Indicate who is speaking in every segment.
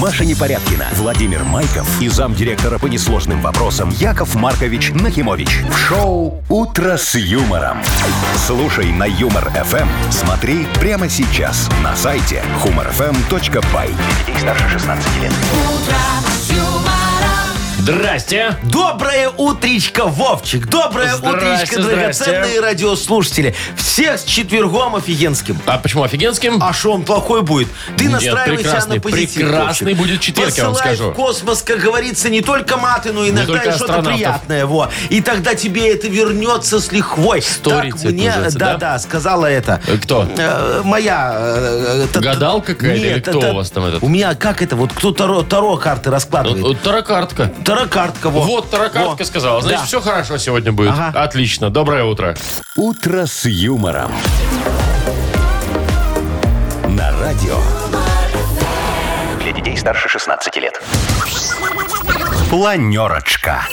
Speaker 1: Маша Непорядкина, Владимир Майков и замдиректора по несложным вопросам Яков Маркович Нахимович. В шоу «Утро с юмором». Слушай на «Юмор-ФМ». Смотри прямо сейчас на сайте humorfm.by. Для детей старше 16 лет.
Speaker 2: Здрасте.
Speaker 3: Доброе утречко, Вовчик. Доброе
Speaker 2: Здрасте,
Speaker 3: утречко, драгоценные
Speaker 2: здрасте.
Speaker 3: радиослушатели. Всех с четвергом офигенским.
Speaker 2: А почему офигенским?
Speaker 3: А что он плохой будет? Ты
Speaker 2: Нет,
Speaker 3: настраивайся
Speaker 2: прекрасный,
Speaker 3: на позитив.
Speaker 2: прекрасный
Speaker 3: Вовчик.
Speaker 2: будет четверг, я вам
Speaker 3: Посылай
Speaker 2: скажу.
Speaker 3: в космос, как говорится, не только маты, но иногда
Speaker 2: только
Speaker 3: и что-то
Speaker 2: астронавтов.
Speaker 3: приятное. Во. И тогда тебе это вернется с лихвой.
Speaker 2: Сторицей
Speaker 3: так мне,
Speaker 2: называется, да?
Speaker 3: да, сказала это.
Speaker 2: Э, Кто?
Speaker 3: Э, моя... э, та- та-
Speaker 2: Гадалка какая-то или
Speaker 3: Нет,
Speaker 2: кто
Speaker 3: это-
Speaker 2: у вас там этот? Ну,
Speaker 3: У меня как это? Вот кто таро, таро карты раскладывает?
Speaker 2: Вот Таракартка.
Speaker 3: Таракартка, во.
Speaker 2: Вот, таракартка
Speaker 3: Во.
Speaker 2: сказала. Значит,
Speaker 3: Да.
Speaker 2: все хорошо сегодня будет.
Speaker 3: Ага.
Speaker 2: Отлично. Доброе утро.
Speaker 1: «Утро с юмором». На радио. Для детей старше 16 лет. Планерочка.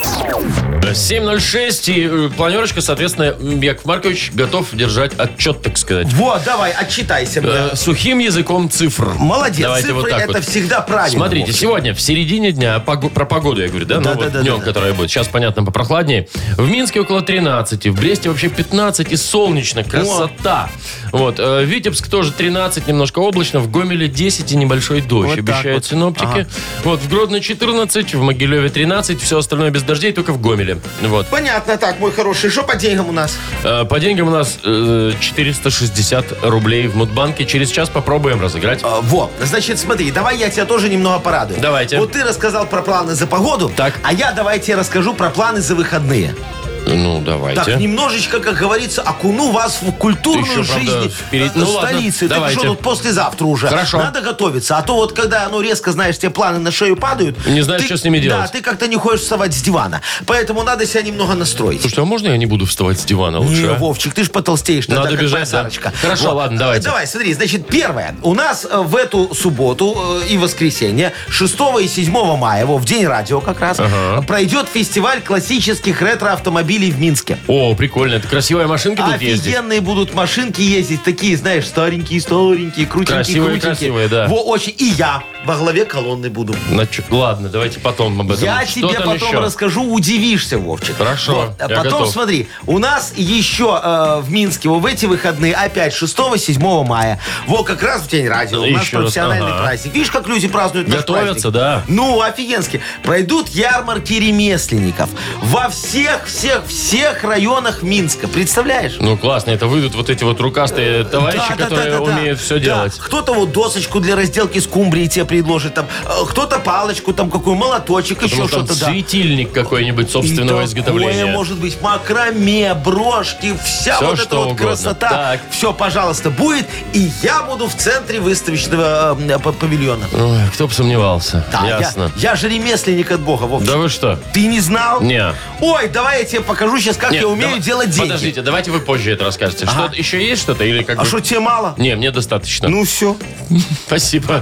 Speaker 2: 7.06. И э, планерочка, соответственно, м, Яков Маркович готов держать отчет, так сказать.
Speaker 3: Вот, давай, отчитайся. мне.
Speaker 2: Э, сухим языком цифр.
Speaker 3: Молодец,
Speaker 2: Давайте
Speaker 3: цифры
Speaker 2: вот так
Speaker 3: это
Speaker 2: вот.
Speaker 3: всегда правильно.
Speaker 2: Смотрите,
Speaker 3: Вовчик.
Speaker 2: сегодня в середине дня, пог- про погоду я говорю, да? ну
Speaker 3: Да,
Speaker 2: вот
Speaker 3: да, да,
Speaker 2: днем,
Speaker 3: да, да.
Speaker 2: которая будет. Сейчас, понятно, попрохладнее. В Минске около 13, в Бресте вообще 15 и солнечно. Красота. Вот. э, Витебск тоже 13, немножко облачно. В Гомеле 10 и небольшой дождь,
Speaker 3: Вот так
Speaker 2: обещают
Speaker 3: вот.
Speaker 2: синоптики.
Speaker 3: Ага.
Speaker 2: Вот. В Гродно 14, в Могилеве 13, все остальное без дождей, только в Гомеле. Вот.
Speaker 3: Понятно, так, мой хороший, что по деньгам у нас?
Speaker 2: Э, По деньгам у нас э, 460 рублей в Мудбанке. Через час попробуем разыграть.
Speaker 3: А, Во, значит, смотри, давай я тебя тоже немного порадую.
Speaker 2: Давайте.
Speaker 3: Вот ты рассказал про планы за погоду,
Speaker 2: Так.
Speaker 3: а я давай тебе расскажу про планы за выходные.
Speaker 2: Ну, давайте.
Speaker 3: Так, немножечко, как говорится, окуну вас в культурную
Speaker 2: Ты еще,
Speaker 3: жизнь
Speaker 2: правда, впереди.
Speaker 3: э,
Speaker 2: Ну ладно,
Speaker 3: столицы. Ты
Speaker 2: давайте.
Speaker 3: что, тут послезавтра уже.
Speaker 2: Хорошо.
Speaker 3: Надо готовиться. А то вот, когда, ну, резко, знаешь, тебе планы на шею падают.
Speaker 2: Не знаешь,
Speaker 3: ты-
Speaker 2: что с ними делать.
Speaker 3: Да, ты как-то не хочешь вставать с дивана. Поэтому надо себя немного настроить.
Speaker 2: Слушайте, а можно я не буду вставать с дивана лучше?
Speaker 3: Не,
Speaker 2: а?
Speaker 3: Вовчик, ты ж потолстеешь тогда,
Speaker 2: Надо
Speaker 3: как
Speaker 2: бежать,
Speaker 3: моя
Speaker 2: да.
Speaker 3: Сарочка.
Speaker 2: Хорошо, ладно, давайте.
Speaker 3: Давай, смотри, значит, первое. У нас э, в эту субботу э, и воскресенье, 6 и 7 мая, во, в День радио как раз, пройдет фестиваль классических ретро-автомобилей в Минске.
Speaker 2: О, прикольно. Это красивая машинка тут ездит.
Speaker 3: Офигенные будут машинки ездить, такие, знаешь, старенькие, старенькие, крутенькие,
Speaker 2: Красивые,
Speaker 3: крутенькие.
Speaker 2: красивые, да.
Speaker 3: Во, очень. И я во главе колонны буду.
Speaker 2: На чё- Ладно, давайте потом об этом.
Speaker 3: Я
Speaker 2: Что
Speaker 3: тебе
Speaker 2: там
Speaker 3: потом
Speaker 2: еще?
Speaker 3: расскажу, удивишься, Вовчик.
Speaker 2: Хорошо,
Speaker 3: Вот, а
Speaker 2: я
Speaker 3: Потом
Speaker 2: готов.
Speaker 3: смотри, у нас еще э, в Минске вот в эти выходные опять 6-7 мая. Вот как раз в день радио. У нас
Speaker 2: Еще раз,
Speaker 3: профессиональный
Speaker 2: ага.
Speaker 3: праздник. Видишь, как люди празднуют наш
Speaker 2: Готовятся,
Speaker 3: праздник?
Speaker 2: да.
Speaker 3: Ну, офигенски. Пройдут ярмарки ремесленников во всех, всех, всех районах Минска. Представляешь?
Speaker 2: Ну, классно. Это выйдут вот эти вот рукастые товарищи,
Speaker 3: Э, Да, да,
Speaker 2: которые
Speaker 3: да, да, да.
Speaker 2: умеют все
Speaker 3: Да.
Speaker 2: делать.
Speaker 3: Кто-то вот досочку для разделки с кумбрии тебе предложит, там, э, кто-то палочку, там какой молоточек,
Speaker 2: Потому
Speaker 3: еще
Speaker 2: что там
Speaker 3: что-то. да.
Speaker 2: светильник какой-нибудь собственного
Speaker 3: И
Speaker 2: изготовления.
Speaker 3: Такое может быть макраме, брошки, вся
Speaker 2: Всё,
Speaker 3: вот эта
Speaker 2: что
Speaker 3: вот
Speaker 2: угодно.
Speaker 3: красота.
Speaker 2: Так.
Speaker 3: Все, пожалуйста, будет. И я буду в центре выставочного э, м, п- павильона.
Speaker 2: Ой, кто бы сомневался.
Speaker 3: Да, я-
Speaker 2: Ясно.
Speaker 3: Я, же ремесленник от Бога, Вовчик.
Speaker 2: Да вы что?
Speaker 3: Ты не знал?
Speaker 2: Не.
Speaker 3: Ой, давай я тебе покажу сейчас, как
Speaker 2: Нет,
Speaker 3: я умею
Speaker 2: давай-
Speaker 3: делать деньги.
Speaker 2: Подождите, давайте вы позже это расскажете. Что, еще есть что-то или как
Speaker 3: А
Speaker 2: бы...
Speaker 3: что, тебе мало?
Speaker 2: Не, мне достаточно.
Speaker 3: Ну все.
Speaker 2: Спасибо.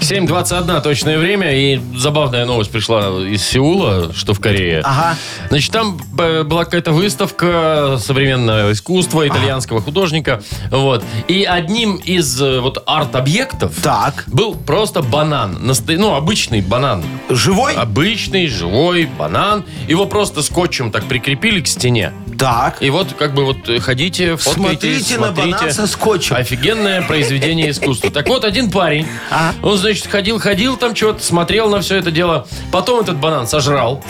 Speaker 2: 7.21 точное время. И забавная новость пришла из Сеула, что в Корее.
Speaker 3: Ага.
Speaker 2: Значит, там э, была какая-то выставка современного искусства итальянского художника. Вот. И одним из э, вот арт-объектов
Speaker 3: Так.
Speaker 2: был просто банан. Насто- Ну, обычный банан.
Speaker 3: Живой?
Speaker 2: А, Обычный, живой банан. Его просто скотчем так прикрепили к стене.
Speaker 3: Так.
Speaker 2: И вот как бы вот э, ходите, фоткайте,
Speaker 3: Смотрите на банан
Speaker 2: смотрите. А
Speaker 3: со скотчем.
Speaker 2: Офигенное произведение искусства. Так вот, один парень,
Speaker 3: А?
Speaker 2: он, значит, ходил-ходил там что-то, смотрел на все это дело. Потом этот банан сожрал.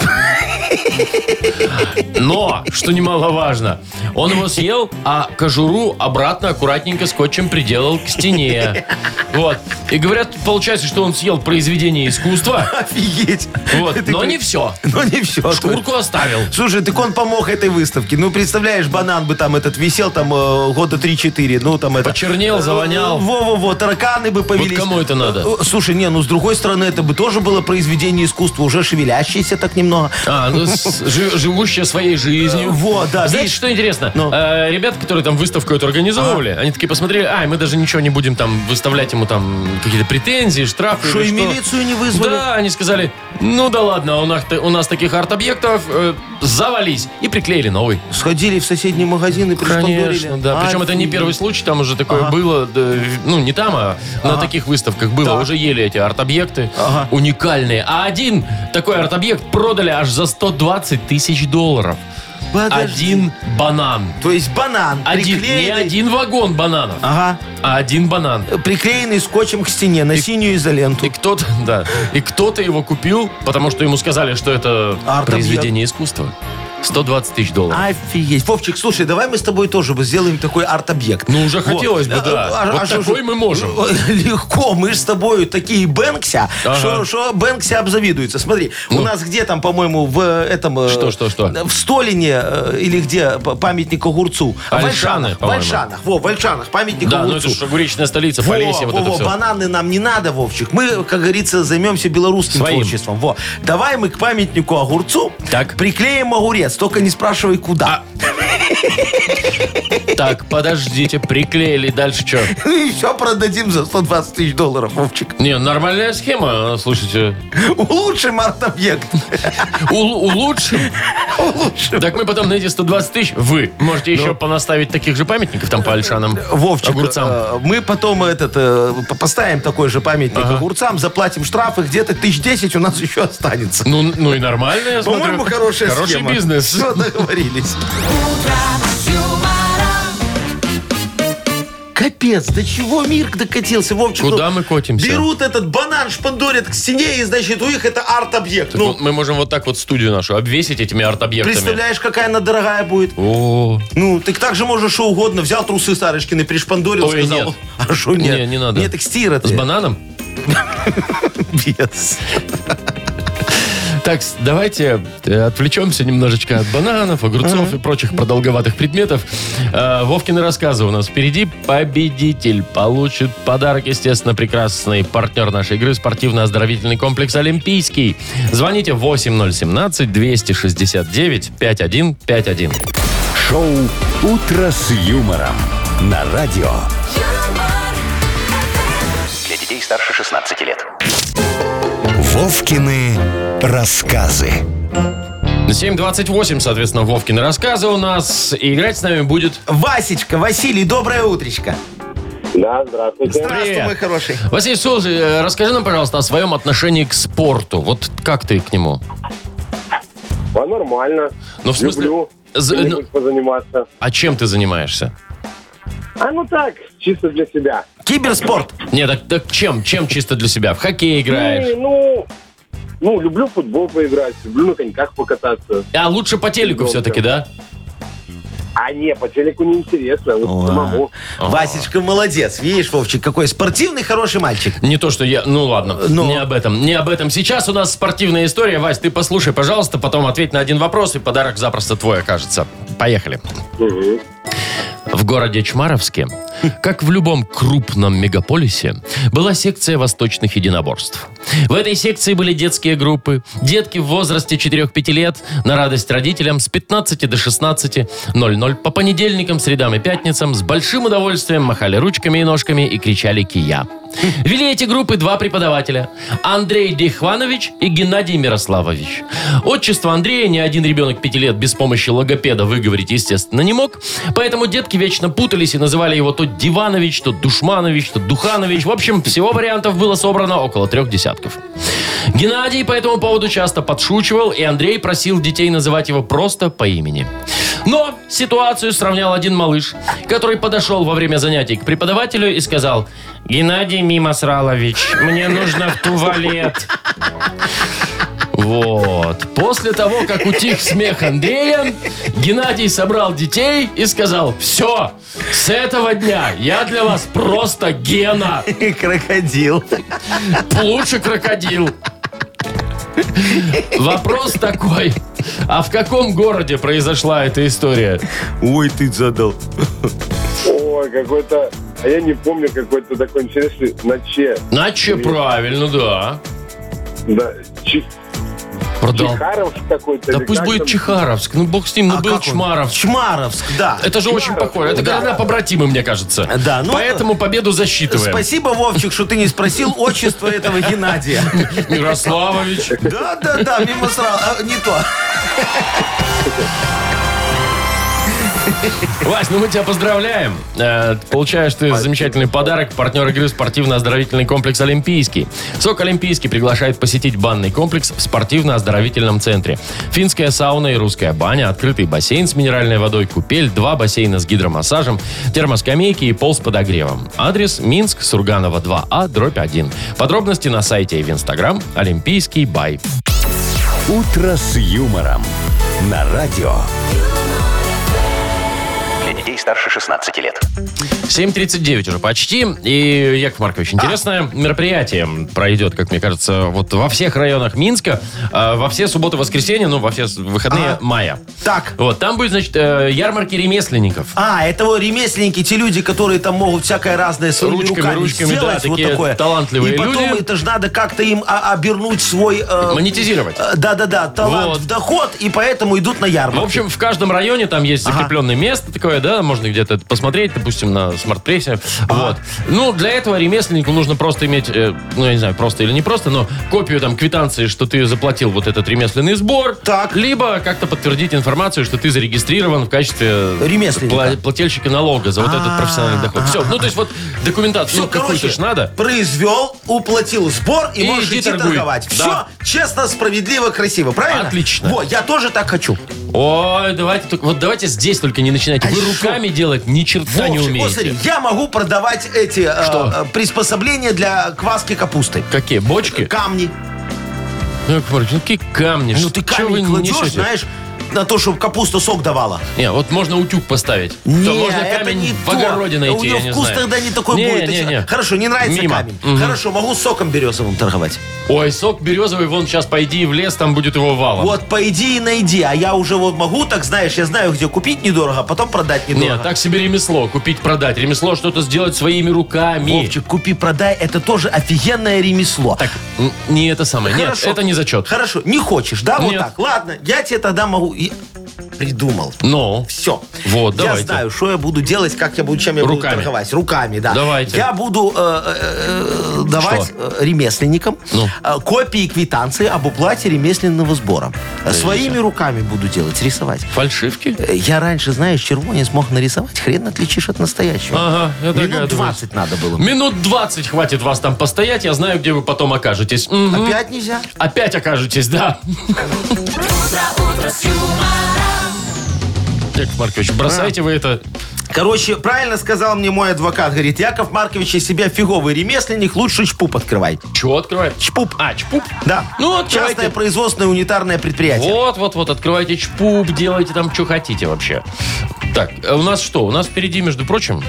Speaker 2: Но, что немаловажно, он его съел, а кожуру обратно аккуратненько скотчем приделал к стене. Вот. И говорят, получается, что он съел произведение искусства,
Speaker 3: Офигеть.
Speaker 2: вот,
Speaker 3: Ты
Speaker 2: но
Speaker 3: при-
Speaker 2: не все.
Speaker 3: Но не а все.
Speaker 2: Шкурку оставил.
Speaker 3: Слушай, так он помог этой выставке. Ну, представляешь, банан бы там этот висел там э, года 3-4. Ну, там это...
Speaker 2: Почернел,
Speaker 3: Э,
Speaker 2: завонял.
Speaker 3: Во-во-во, тараканы бы повелись.
Speaker 2: кому это надо?
Speaker 3: Э, э, Слушай, не, ну с другой стороны, это бы тоже было произведение искусства, уже шевелящееся так немного.
Speaker 2: А, ну, с- жи- живущая своей жизнью.
Speaker 3: Э, Вот, да,
Speaker 2: Знаете,
Speaker 3: видишь?
Speaker 2: что интересно?
Speaker 3: Ну.
Speaker 2: Э, ребята, которые там выставку эту организовывали, они такие посмотрели, а, мы даже ничего не будем там выставлять ему там какие-то претензии, штрафы.
Speaker 3: Что,
Speaker 2: или
Speaker 3: и милицию не вызвали?
Speaker 2: Да, они сказали, ну да ладно, у нас, у нас таких арт-объектов, э, завались. И приклеили новый.
Speaker 3: Сходили в соседний магазин и
Speaker 2: Конечно,
Speaker 3: приштандурили.
Speaker 2: да. Причем это не
Speaker 3: Офигеть.
Speaker 2: первый случай, там уже такое
Speaker 3: Ага.
Speaker 2: было, да, в- ну не там, а на таких выставках было.
Speaker 3: Так.
Speaker 2: Уже ели эти арт-объекты
Speaker 3: Ага.
Speaker 2: уникальные. А один такой арт-объект продали аж за 120 тысяч долларов.
Speaker 3: Подожди.
Speaker 2: Один банан.
Speaker 3: То есть банан
Speaker 2: Один, не
Speaker 3: приклеенный...
Speaker 2: один вагон бананов,
Speaker 3: Ага.
Speaker 2: а один банан.
Speaker 3: Приклеенный скотчем к стене на синюю изоленту.
Speaker 2: И кто-то, да, и кто-то его купил, потому что ему сказали, что это
Speaker 3: Арт-объект.
Speaker 2: произведение искусства. 120 тысяч долларов.
Speaker 3: Офигеть. Вовчик, слушай, давай мы с тобой тоже бы сделаем такой арт-объект.
Speaker 2: Ну, уже хотелось бы,
Speaker 3: А,
Speaker 2: да.
Speaker 3: а,
Speaker 2: Вот
Speaker 3: а что
Speaker 2: такой
Speaker 3: же-
Speaker 2: мы можем.
Speaker 3: Легко, мы же с тобой такие Бэнкся, что что Бэнкси обзавидуется. Смотри, у нас где там, по-моему, в этом... э,
Speaker 2: Ну. Что, что, что?
Speaker 3: В Столине э, или где п- памятник огурцу?
Speaker 2: Ольшаны,
Speaker 3: Вольшанах,
Speaker 2: по-моему.
Speaker 3: Вольшанах, во, Вольшанах, памятник
Speaker 2: Да, ну это
Speaker 3: огурцу.
Speaker 2: же огуречная столица,
Speaker 3: Во,
Speaker 2: Полесье, вот
Speaker 3: во,
Speaker 2: это
Speaker 3: во,
Speaker 2: все.
Speaker 3: бананы нам не надо, Вовчик. Мы, как говорится, займемся белорусским
Speaker 2: Своим.
Speaker 3: творчеством. Во. Давай мы к памятнику огурцу
Speaker 2: Так. А,
Speaker 3: приклеим огурец, только не спрашивай куда.
Speaker 2: Так, подождите, приклеили, дальше что?
Speaker 3: И все продадим за 120 тысяч долларов, Вовчик.
Speaker 2: Не, нормальная схема, слушайте.
Speaker 3: Улучшим арт-объект.
Speaker 2: Ул- улучшим. Так мы потом на эти 120 тысяч, вы можете еще понаставить таких же памятников там по Альшанам,
Speaker 3: Ну. Вовчик,
Speaker 2: огурцам.
Speaker 3: э, мы потом этот э, п- поставим такой же памятник огурцам, заплатим штрафы, где-то тысяч десять у нас еще останется.
Speaker 2: Ну, ну и нормально, я смотрю.
Speaker 3: По-моему, хорошая
Speaker 2: Хороший
Speaker 3: схема.
Speaker 2: бизнес.
Speaker 3: Все, договорились. Капец, до чего мир докатился, Вовчик?
Speaker 2: Куда
Speaker 3: ну,
Speaker 2: мы котимся?
Speaker 3: Берут этот банан, шпандорят к стене, и, значит, у них это арт-объект.
Speaker 2: Так
Speaker 3: Ну,
Speaker 2: вот мы можем вот так вот студию нашу обвесить этими арт-объектами.
Speaker 3: представляешь, какая она дорогая будет?
Speaker 2: О,
Speaker 3: Ну, так так же можешь что угодно. Взял трусы Сарочкины, пришпандорил,
Speaker 2: Ой,
Speaker 3: сказал.
Speaker 2: нет.
Speaker 3: А что нет?
Speaker 2: Не, не надо.
Speaker 3: Нет, текстир это.
Speaker 2: с бананом?
Speaker 3: Без.
Speaker 2: Так, с- давайте э, отвлечемся немножечко от бананов, огурцов и прочих продолговатых предметов. Э, Вовкины рассказы у нас впереди. Победитель получит подарок, естественно, прекрасный партнер нашей игры, спортивно-оздоровительный комплекс «Олимпийский». Звоните 8017-269-5151.
Speaker 1: Шоу «Утро с юмором» на радио.
Speaker 4: Для детей старше 16 лет.
Speaker 1: Вовкины рассказы.
Speaker 2: 7.28, соответственно, Вовкины рассказы у нас. И играть с нами будет...
Speaker 3: Васечка, Василий, доброе утречко.
Speaker 5: Да, здравствуйте.
Speaker 3: Здравствуй,
Speaker 2: Привет.
Speaker 3: мой хороший.
Speaker 2: Василий Солжи, э, расскажи нам, пожалуйста, о своем отношении к спорту. Вот как ты к нему?
Speaker 5: А нормально.
Speaker 2: Ну, в смысле, ну-
Speaker 5: Люблю
Speaker 2: за-
Speaker 5: чем-нибудь позаниматься.
Speaker 2: А чем ты занимаешься?
Speaker 5: А ну так, чисто для себя.
Speaker 3: Киберспорт.
Speaker 2: Не, так, так чем? Чем чисто для себя? В хоккей
Speaker 5: И,
Speaker 2: играешь?
Speaker 5: ну, ну, люблю в футбол поиграть, люблю на коньках покататься.
Speaker 2: А лучше по телеку
Speaker 5: Долго.
Speaker 2: все-таки, да?
Speaker 5: А не, по телеку неинтересно,
Speaker 3: Ладно.
Speaker 5: вот самому.
Speaker 2: А.
Speaker 3: Васечка молодец. Видишь, Вовчик, какой спортивный хороший мальчик.
Speaker 2: Не то, что я... Ну, ладно,
Speaker 3: Ну.
Speaker 2: не об этом, не об этом. Сейчас у нас спортивная история. Вась, ты послушай, пожалуйста, потом ответь на один вопрос, и подарок запросто твой окажется. Поехали.
Speaker 5: Мгм.
Speaker 2: В городе Чмаровске, как в любом крупном мегаполисе, была секция восточных единоборств. В этой секции были детские группы. Детки в возрасте 4-5 лет на радость родителям с 15 до 16.00 по понедельникам, средам и пятницам с большим удовольствием махали ручками и ножками и кричали «Кия». Вели эти группы два преподавателя. Андрей Дихванович и Геннадий Мирославович. Отчество Андрея ни один ребенок пяти лет без помощи логопеда выговорить, естественно, не мог. Поэтому детки вечно путались и называли его то Диванович, то Душманович, то Духанович. В общем, всего вариантов было собрано около трех десятков. Геннадий по этому поводу часто подшучивал, и Андрей просил детей называть его просто по имени. Но ситуацию сравнял один малыш, который подошел во время занятий к преподавателю и сказал, «Геннадий Мимосралович, мне нужно в туалет». Вот. После того, как утих смех Андрея, Геннадий собрал детей и сказал, «Все, с этого дня я для вас просто Гена,
Speaker 3: Крокодил.
Speaker 2: лучше крокодил». Вопрос такой. А в каком городе произошла эта история?
Speaker 3: Ой, ты задал.
Speaker 5: Ой, какой-то А я не помню какой-то такой интересный на Че.
Speaker 2: Наче правильно, да.
Speaker 5: Да. Чи-
Speaker 2: Продал.
Speaker 5: Чехаров какой-то.
Speaker 2: Да
Speaker 5: или
Speaker 2: пусть
Speaker 5: как
Speaker 2: будет
Speaker 5: там?
Speaker 2: Чехаровск. Ну, бог с ним, ну,
Speaker 3: А
Speaker 2: был
Speaker 3: как он?
Speaker 2: Чмаровск.
Speaker 3: Чмаровск, да.
Speaker 2: Это же очень похоже. Это города побратимы, мне кажется.
Speaker 3: Да, ну,
Speaker 2: Поэтому победу засчитываем.
Speaker 3: Спасибо, Вовчик, что ты не спросил отчество этого Геннадия.
Speaker 2: Мирославович.
Speaker 3: Да, да, да, мимо сразу. А, Не то.
Speaker 2: Вась, ну мы тебя поздравляем. Э, Получаешь ты замечательный подарок. Партнер игры спортивно-оздоровительный комплекс «Олимпийский». «Сок Олимпийский» приглашает посетить банный комплекс в спортивно-оздоровительном центре. Финская сауна и русская баня, открытый бассейн с минеральной водой, купель, два бассейна с гидромассажем, термоскамейки и пол с подогревом. Адрес Минск, Сурганова 2А, дробь 1. Подробности на сайте и в Инстаграм «Олимпийский бай».
Speaker 1: «Утро с юмором» на радио.
Speaker 4: Для детей старше 16 лет.
Speaker 2: 7.39 уже почти. И, Яков Маркович, интересное мероприятие пройдет, как мне кажется, вот во всех районах Минска, э, во все субботы, воскресенья, ну, во все с- выходные
Speaker 3: Ага.
Speaker 2: мая.
Speaker 3: Так.
Speaker 2: Вот, там будет, значит, э, ярмарки ремесленников.
Speaker 3: А, это вот ремесленники, те люди, которые там могут всякое разное своими
Speaker 2: Ручками,
Speaker 3: руками
Speaker 2: ручками,
Speaker 3: сделать,
Speaker 2: да,
Speaker 3: вот
Speaker 2: такие
Speaker 3: такое.
Speaker 2: талантливые
Speaker 3: И потом
Speaker 2: люди.
Speaker 3: это же надо как-то им а, обернуть свой... э,
Speaker 2: Монетизировать.
Speaker 3: э, Да-да-да, талант
Speaker 2: Вот.
Speaker 3: в доход, и поэтому идут на
Speaker 2: В
Speaker 3: ярмарку.
Speaker 2: общем, в каждом районе там есть закрепленное место такое, да, можно где-то это посмотреть, допустим, на смарт-прессе.
Speaker 3: А.
Speaker 2: Вот. Ну, для этого ремесленнику нужно просто иметь, э, ну, я не знаю, просто или не просто, но копию там квитанции, что ты заплатил вот этот ремесленный сбор.
Speaker 3: Так.
Speaker 2: Либо как-то подтвердить информацию, что ты зарегистрирован в качестве
Speaker 3: Ремесленника.
Speaker 2: пла- плательщика налога за вот этот
Speaker 3: А,
Speaker 2: профессиональный доход. Все, ну, то есть вот документацию
Speaker 3: Все,
Speaker 2: ну, какую-то
Speaker 3: короче,
Speaker 2: ж надо.
Speaker 3: произвел, уплатил сбор и,
Speaker 2: И
Speaker 3: можешь
Speaker 2: иди
Speaker 3: идти
Speaker 2: торгуй.
Speaker 3: торговать.
Speaker 2: Да.
Speaker 3: Все честно, справедливо, красиво, правильно?
Speaker 2: Отлично.
Speaker 3: Во, я тоже так хочу.
Speaker 2: Ой, давайте, только- вот давайте здесь только не начинайте. Вы
Speaker 3: что?
Speaker 2: руками делать ни черта не
Speaker 3: Вовчик, вот
Speaker 2: умеете.
Speaker 3: смотри, я могу продавать эти э,
Speaker 2: Что?
Speaker 3: э, приспособления для кваски капусты.
Speaker 2: Какие, бочки?
Speaker 3: Камни.
Speaker 2: Ну, Яков Маркович, ну какие камни?
Speaker 3: Ну ты
Speaker 2: Чё вы
Speaker 3: камень кладешь,
Speaker 2: несете?
Speaker 3: знаешь, на то, чтобы капуста сок давала.
Speaker 2: Не, вот можно утюг поставить. то можно
Speaker 3: это
Speaker 2: камень
Speaker 3: не
Speaker 2: а в
Speaker 3: то.
Speaker 2: огороде найти,
Speaker 3: У
Speaker 2: я
Speaker 3: нее
Speaker 2: не
Speaker 3: вкус
Speaker 2: знаю.
Speaker 3: тогда не такой
Speaker 2: Не,
Speaker 3: будет.
Speaker 2: не, не.
Speaker 3: Хорошо, не нравится
Speaker 2: Мимо.
Speaker 3: камень.
Speaker 2: Мгм.
Speaker 3: Хорошо, могу соком березовым торговать.
Speaker 2: Ой, сок березовый, вон сейчас пойди в лес, там будет его валом.
Speaker 3: Вот пойди и найди. А я уже вот могу, так знаешь, я знаю, где купить недорого, а потом продать недорого.
Speaker 2: Нет, так себе ремесло. Купить, продать. Ремесло что-то сделать своими руками.
Speaker 3: Вовчик, купи-продай, это тоже офигенное ремесло.
Speaker 2: Так, н- не это самое.
Speaker 3: Хорошо.
Speaker 2: Нет, это не зачет.
Speaker 3: Хорошо, не хочешь, да, вот
Speaker 2: Нет.
Speaker 3: так. Ладно, я тебе тогда могу... и- Придумал.
Speaker 2: Но.
Speaker 3: Все.
Speaker 2: Вот,
Speaker 3: я
Speaker 2: давайте.
Speaker 3: знаю, что я буду делать, как я буду, чем я
Speaker 2: Руками.
Speaker 3: буду торговать. Руками, да.
Speaker 2: Давайте.
Speaker 3: Я буду э, э, э, давать э, ремесленникам
Speaker 2: Ну.
Speaker 3: э, копии квитанции об уплате ремесленного сбора. Своими руками буду делать, рисовать.
Speaker 2: Фальшивки?
Speaker 3: Э, Я раньше, знаешь, червонец мог нарисовать, хрен отличишь от настоящего.
Speaker 2: Ага, я
Speaker 3: Минут
Speaker 2: А, догадываюсь.
Speaker 3: 20 надо было.
Speaker 2: Минут 20 хватит вас там постоять. Я знаю, где вы потом окажетесь. Мгм.
Speaker 3: Опять нельзя?
Speaker 2: Опять окажетесь, да. Яков Маркович, бросайте вы это.
Speaker 3: Короче, правильно сказал мне мой адвокат. Говорит, Яков Маркович, из себя фиговый ремесленник, лучше шпуп открывай.
Speaker 2: Чего открывает?
Speaker 3: Чпуп.
Speaker 2: А, чпуп?
Speaker 3: Да.
Speaker 2: Ну, открывайте.
Speaker 3: Частное производственное унитарное предприятие.
Speaker 2: Вот, вот, вот, открывайте чпуп, делайте там, что хотите вообще. Так, а у нас что? У нас впереди, между прочим,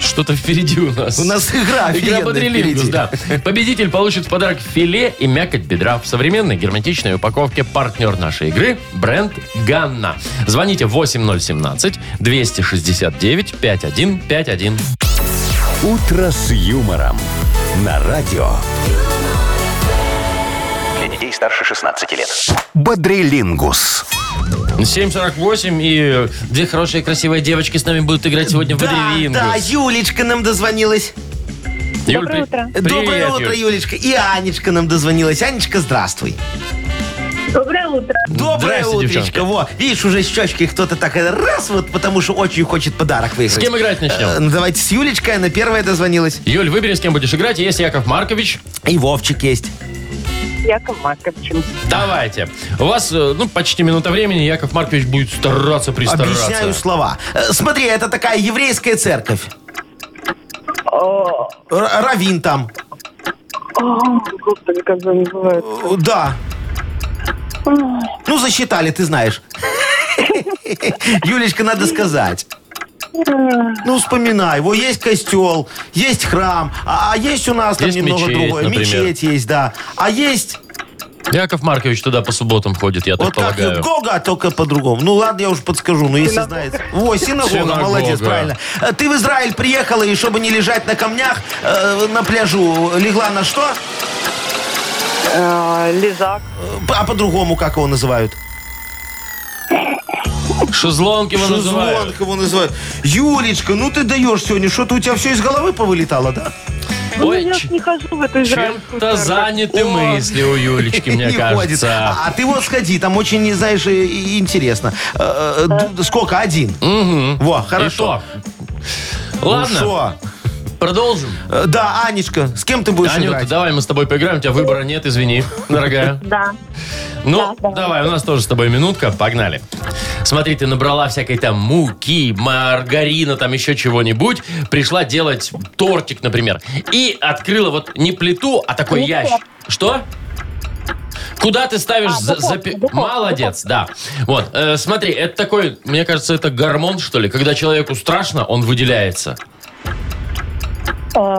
Speaker 2: что-то впереди у нас.
Speaker 3: У нас игра
Speaker 2: Игра
Speaker 3: офигенная
Speaker 2: «Бодрилингус»,
Speaker 3: впереди.
Speaker 2: да. Победитель получит в подарок филе и мякоть бедра в современной герметичной упаковке. Партнер нашей игры – бренд «Ганна». Звоните 8017-269-5151.
Speaker 1: «Утро с юмором» на радио.
Speaker 4: Для детей старше 16 лет.
Speaker 1: «Бодрилингус».
Speaker 2: 7.48 и две хорошие красивые девочки с нами будут играть сегодня в
Speaker 3: Да,
Speaker 2: «Бодрилингус».
Speaker 3: да, Юлечка нам дозвонилась.
Speaker 2: Юль, при-
Speaker 6: Доброе утро.
Speaker 2: привет,
Speaker 3: Доброе утро,
Speaker 2: Юль.
Speaker 3: Юлечка. И Анечка нам дозвонилась. Анечка, здравствуй.
Speaker 6: Доброе утро.
Speaker 3: Доброе
Speaker 2: Здрасте, девчонка.
Speaker 3: утречко. Во, видишь, уже с щечки кто-то так э, раз, вот потому что очень хочет подарок выиграть.
Speaker 2: С кем играть начнем?
Speaker 3: Э, ну, давайте с Юлечкой, она первая дозвонилась.
Speaker 2: Юль, выбери, с кем будешь играть. Есть Яков Маркович.
Speaker 3: И Вовчик есть.
Speaker 6: Яков Маркович.
Speaker 2: Давайте. У вас, э, ну, почти минута времени. Яков Маркович будет стараться, пристараться.
Speaker 3: Объясняю слова. Э, Смотри, это такая еврейская церковь.
Speaker 6: О,
Speaker 3: Р- Равин там.
Speaker 6: о, господи, как звони бывает.
Speaker 3: Э, Да. Ну, засчитали, ты знаешь. Юлечка, надо сказать. Ну, вспоминай. Во, есть костел, есть храм, а, а есть у нас там
Speaker 2: Есть
Speaker 3: немного
Speaker 2: мечеть,
Speaker 3: другое.
Speaker 2: например.
Speaker 3: Мечеть есть, да. А есть...
Speaker 2: Яков Маркович туда по субботам ходит, я так
Speaker 3: Вот ну, как
Speaker 2: полагаю.
Speaker 3: синагога, только по-другому. Ну ладно, я уж подскажу, но если знаете. О, синагога,
Speaker 2: Синагога.
Speaker 3: молодец, правильно. Э, Ты в Израиль приехала, и чтобы не лежать на камнях э, на пляжу, легла на что?
Speaker 6: Э, Лизак.
Speaker 3: Э, А по-другому как его называют?
Speaker 2: Шезлонг его называют.
Speaker 3: Шезлонг его называют. Юлечка, ну ты даешь сегодня, что-то у тебя все из головы повылетало, да?
Speaker 6: Ну,
Speaker 2: Ой,
Speaker 6: я
Speaker 2: ч-
Speaker 6: ж не хожу в эту израильскую
Speaker 2: Чем-то
Speaker 6: церковь.
Speaker 2: заняты мысли у Юлечки, мне
Speaker 3: Не ходит.
Speaker 2: кажется.
Speaker 3: А а ты вот сходи, там очень, не знаешь, и- и интересно. Э, э, д- Сколько? Один. Во, хорошо.
Speaker 2: И то.
Speaker 3: Ну
Speaker 2: Ладно,
Speaker 3: шо?
Speaker 2: продолжим.
Speaker 3: Э, Да, Анечка, с кем ты будешь
Speaker 2: Анюта,
Speaker 3: играть?
Speaker 2: давай мы с тобой поиграем, у тебя выбора нет, извини, дорогая.
Speaker 6: Да.
Speaker 2: Ну,
Speaker 6: Да,
Speaker 2: давай, у нас тоже с тобой минутка, погнали. Смотри, ты набрала всякой там муки, маргарина, там еще чего-нибудь. Пришла делать тортик, например. И открыла вот не плиту, а такой
Speaker 6: Духовку.
Speaker 2: ящик. Что? Куда ты ставишь?
Speaker 6: А,
Speaker 2: за-
Speaker 6: духовку,
Speaker 2: запи-
Speaker 6: духовку,
Speaker 2: Молодец, да. Вот, э, смотри, это такой, мне кажется, это гормон, что ли. Когда человеку страшно, он выделяется.
Speaker 6: Э,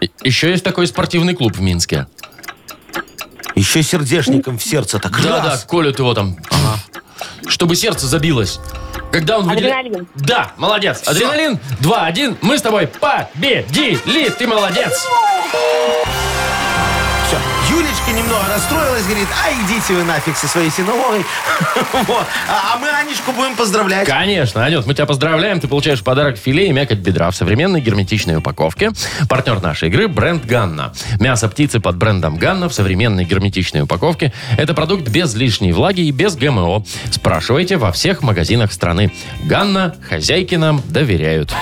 Speaker 2: И- Еще есть такой спортивный клуб в Минске.
Speaker 3: Еще сердечником в сердце так
Speaker 2: Да-да,
Speaker 3: раз.
Speaker 2: колют его там. Чтобы сердце забилось. Когда он выделя-
Speaker 6: Адреналин.
Speaker 2: Да, молодец. Адреналин. Два, один. Мы с тобой победили. Ты молодец.
Speaker 3: Всё. Юлечка немного расстроилась, говорит, а идите вы нафиг со своей синагогой. Вот. А а мы Анечку будем поздравлять.
Speaker 2: Конечно, Анют, мы тебя поздравляем. Ты получаешь в подарок филе и мякоть бедра в современной герметичной упаковке. Партнер нашей игры – бренд «Ганна». Мясо птицы под брендом «Ганна» в современной герметичной упаковке. Это продукт без лишней влаги и без ГМО. Спрашивайте во всех магазинах страны. «Ганна» хозяйки нам доверяют.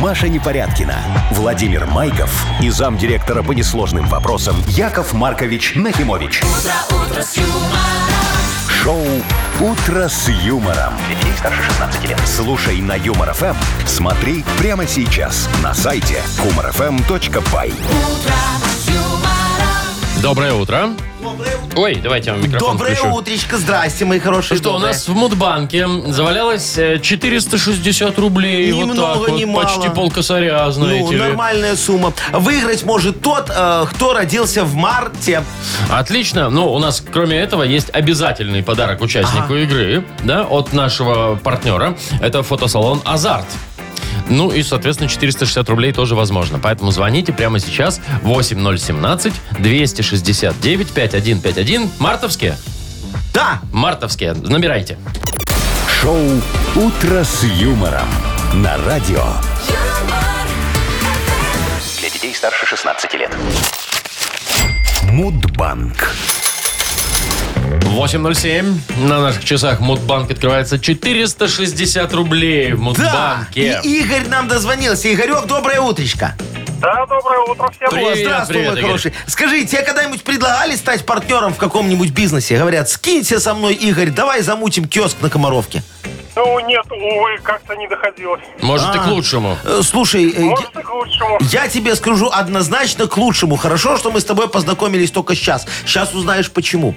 Speaker 1: Маша Непорядкина, Владимир Майков и замдиректора по несложным вопросам Яков Маркович Нахимович. Шоу Утро с юмором.
Speaker 4: Для детей старше 16 лет.
Speaker 1: Слушай на Юмор ФМ. Смотри прямо сейчас на сайте humorfm.by.
Speaker 2: Доброе утро.
Speaker 3: Доброе утро.
Speaker 2: Ой, давайте я вам микрофон
Speaker 3: Доброе
Speaker 2: включу.
Speaker 3: утречко, здрасте, мои хорошие.
Speaker 2: Что, у
Speaker 3: добрые.
Speaker 2: нас в Мудбанке завалялось э, 460 рублей.
Speaker 3: Ни
Speaker 2: вот
Speaker 3: много,
Speaker 2: так вот,
Speaker 3: ни
Speaker 2: Почти
Speaker 3: мало.
Speaker 2: полкосаря, знаете
Speaker 3: Ну,
Speaker 2: ли.
Speaker 3: нормальная сумма. Выиграть может тот, э, кто родился в марте.
Speaker 2: Отлично. Ну, у нас, кроме этого, есть обязательный подарок участнику игры, да, от нашего партнера. Это фотосалон «Азарт». Ну и, соответственно, 460 рублей тоже возможно. Поэтому звоните прямо сейчас 8017-269-5151. Мартовские?
Speaker 3: Да,
Speaker 2: Мартовские. Набирайте.
Speaker 1: Шоу Утро с юмором на радио.
Speaker 4: Для детей старше 16 лет.
Speaker 1: Мудбанк.
Speaker 2: 8.07. На наших часах Мудбанк открывается 460 рублей в
Speaker 3: да.
Speaker 2: Мудбанке.
Speaker 3: И Игорь нам дозвонился. Игорек, доброе утречко.
Speaker 7: Да, доброе утро всем.
Speaker 3: О,
Speaker 2: Привет,
Speaker 3: здравствуй,
Speaker 2: привет,
Speaker 3: мой
Speaker 2: Игорь.
Speaker 3: хороший. Скажи, тебе когда-нибудь предлагали стать партнером в каком-нибудь бизнесе? Говорят, скинься со мной, Игорь, давай замутим киоск на Комаровке.
Speaker 7: Ну, нет, увы, как-то не доходилось.
Speaker 2: Может, и к
Speaker 3: А.
Speaker 2: лучшему.
Speaker 3: Э, Слушай, э, я-
Speaker 7: Может, и к лучшему.
Speaker 3: я тебе скажу однозначно к лучшему. Хорошо, что мы с тобой познакомились только сейчас. Сейчас узнаешь, почему.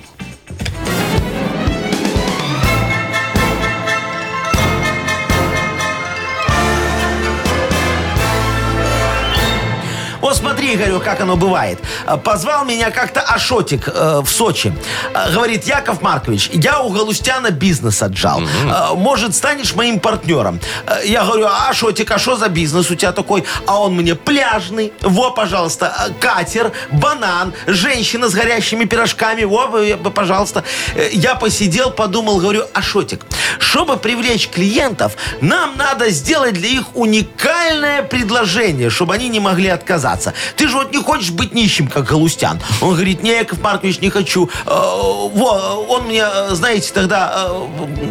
Speaker 3: Вот смотри, говорю, как оно бывает. А, Позвал меня как-то Ашотик э, в Сочи. А, Говорит, Яков Маркович, я у Галустяна бизнес отжал. А, Может, станешь моим партнером? А, Я говорю, «А, Ашотик, а что за бизнес у тебя такой? А он мне пляжный. Во, пожалуйста, а, катер, банан, женщина с горящими пирожками. Во, вы, э, пожалуйста. Э, Я посидел, подумал, говорю, Ашотик, чтобы привлечь клиентов, нам надо сделать для их уникальное предложение, чтобы они не могли отказаться. Ты же вот не хочешь быть нищим, как Галустян. Он говорит, не, Яков Маркович, не хочу. Э, во, он мне, э, знаете, тогда э,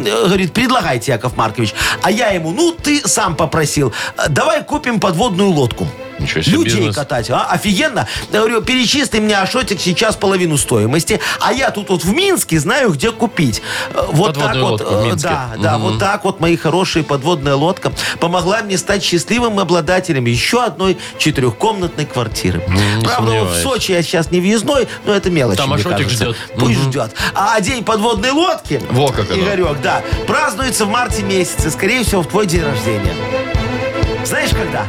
Speaker 3: э, говорит, предлагайте, Яков Маркович. А я ему, ну, ты сам попросил. Э, Давай купим подводную лодку.
Speaker 2: Ничего себе
Speaker 3: Людей
Speaker 2: бизнес.
Speaker 3: катать, а? Офигенно. Я говорю, перечисли мне Ашотик сейчас половину стоимости, а я тут вот в Минске знаю, где купить. Э, Вот
Speaker 2: Подводную
Speaker 3: так вот.
Speaker 2: лодку в
Speaker 3: э,
Speaker 2: Минске.
Speaker 3: Да, да,
Speaker 2: Мгм.
Speaker 3: вот так вот, мои хорошие, подводная лодка помогла мне стать счастливым обладателем еще одной четырехкомнатной квартиры.
Speaker 2: не
Speaker 3: Правда, вот в
Speaker 2: сомневаюсь.
Speaker 3: Сочи я сейчас не въездной, но это мелочь,
Speaker 2: Там
Speaker 3: мне
Speaker 2: Ашотик
Speaker 3: кажется.
Speaker 2: ждет.
Speaker 3: Пусть
Speaker 2: Мгм.
Speaker 3: ждет. А день подводной лодки,
Speaker 2: Во как оно.
Speaker 3: Игорек, да, празднуется в марте месяце, скорее всего, в твой день рождения. Знаешь, когда?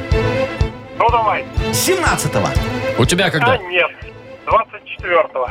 Speaker 7: Ну, давай.
Speaker 3: 17
Speaker 2: У тебя когда?
Speaker 7: А, нет. 24 четвертого.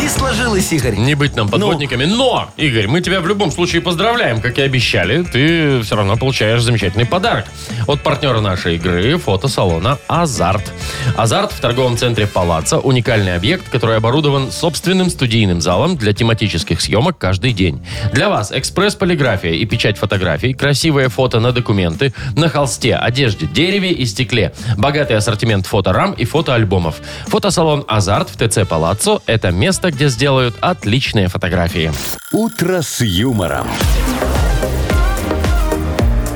Speaker 3: Не сложилось, Игорь.
Speaker 2: Не быть
Speaker 3: Ну.
Speaker 2: нам подводниками. Но, Игорь, мы тебя в любом случае поздравляем, как и обещали. Ты все равно получаешь замечательный подарок. От партнера нашей игры фотосалона «Азарт». «Азарт» в торговом центре «Палаца» уникальный объект, который оборудован собственным студийным залом для тематических съемок каждый день. Для вас экспресс-полиграфия и печать фотографий, красивое фото на документы, на холсте, одежде, дереве и стекле, богатый ассортимент фоторам и фотоальбомов. Фотосалон «Азарт» в ТЦ «Палаццо» — это место, где сделают отличные фотографии.
Speaker 1: «Утро с юмором».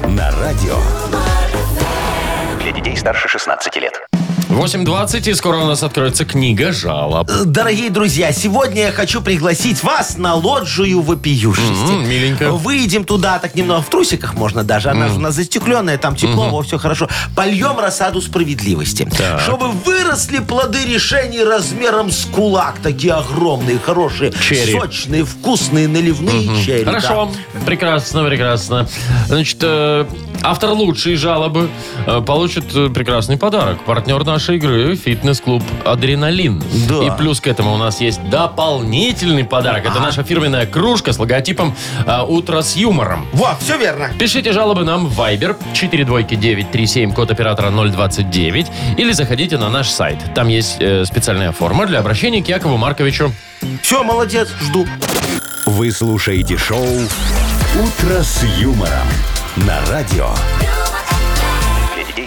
Speaker 1: На радио.
Speaker 4: Для детей старше 16 лет.
Speaker 2: 8.20, и скоро у нас откроется книга жалоб.
Speaker 3: Э, Дорогие друзья, сегодня я хочу пригласить вас на лоджию вопиюшести.
Speaker 2: М, миленько.
Speaker 3: Выйдем туда так немного в трусиках можно даже. Она же у нас застекленная, там тепло, все хорошо. Польем рассаду справедливости. Чтобы выросли плоды решений размером с кулак. Такие огромные, хорошие,
Speaker 2: Черри.
Speaker 3: сочные, вкусные, наливные черри. да.
Speaker 2: Хорошо, прекрасно, прекрасно. Значит, э, автор лучшей жалобы э, получит э, прекрасный подарок. Партнер нашей игры – фитнес-клуб «Адреналин».
Speaker 3: Да.
Speaker 2: И плюс к этому у нас есть дополнительный подарок. Это наша фирменная кружка с логотипом э, «Утро с юмором».
Speaker 3: Во, все верно.
Speaker 2: Пишите жалобы нам в Viber 42937, код оператора 029, или заходите на наш сайт. Там есть э, специальная форма для обращения к Якову Марковичу.
Speaker 3: Все, молодец, жду.
Speaker 1: Вы слушаете шоу «Утро с юмором». На радио.
Speaker 4: Для детей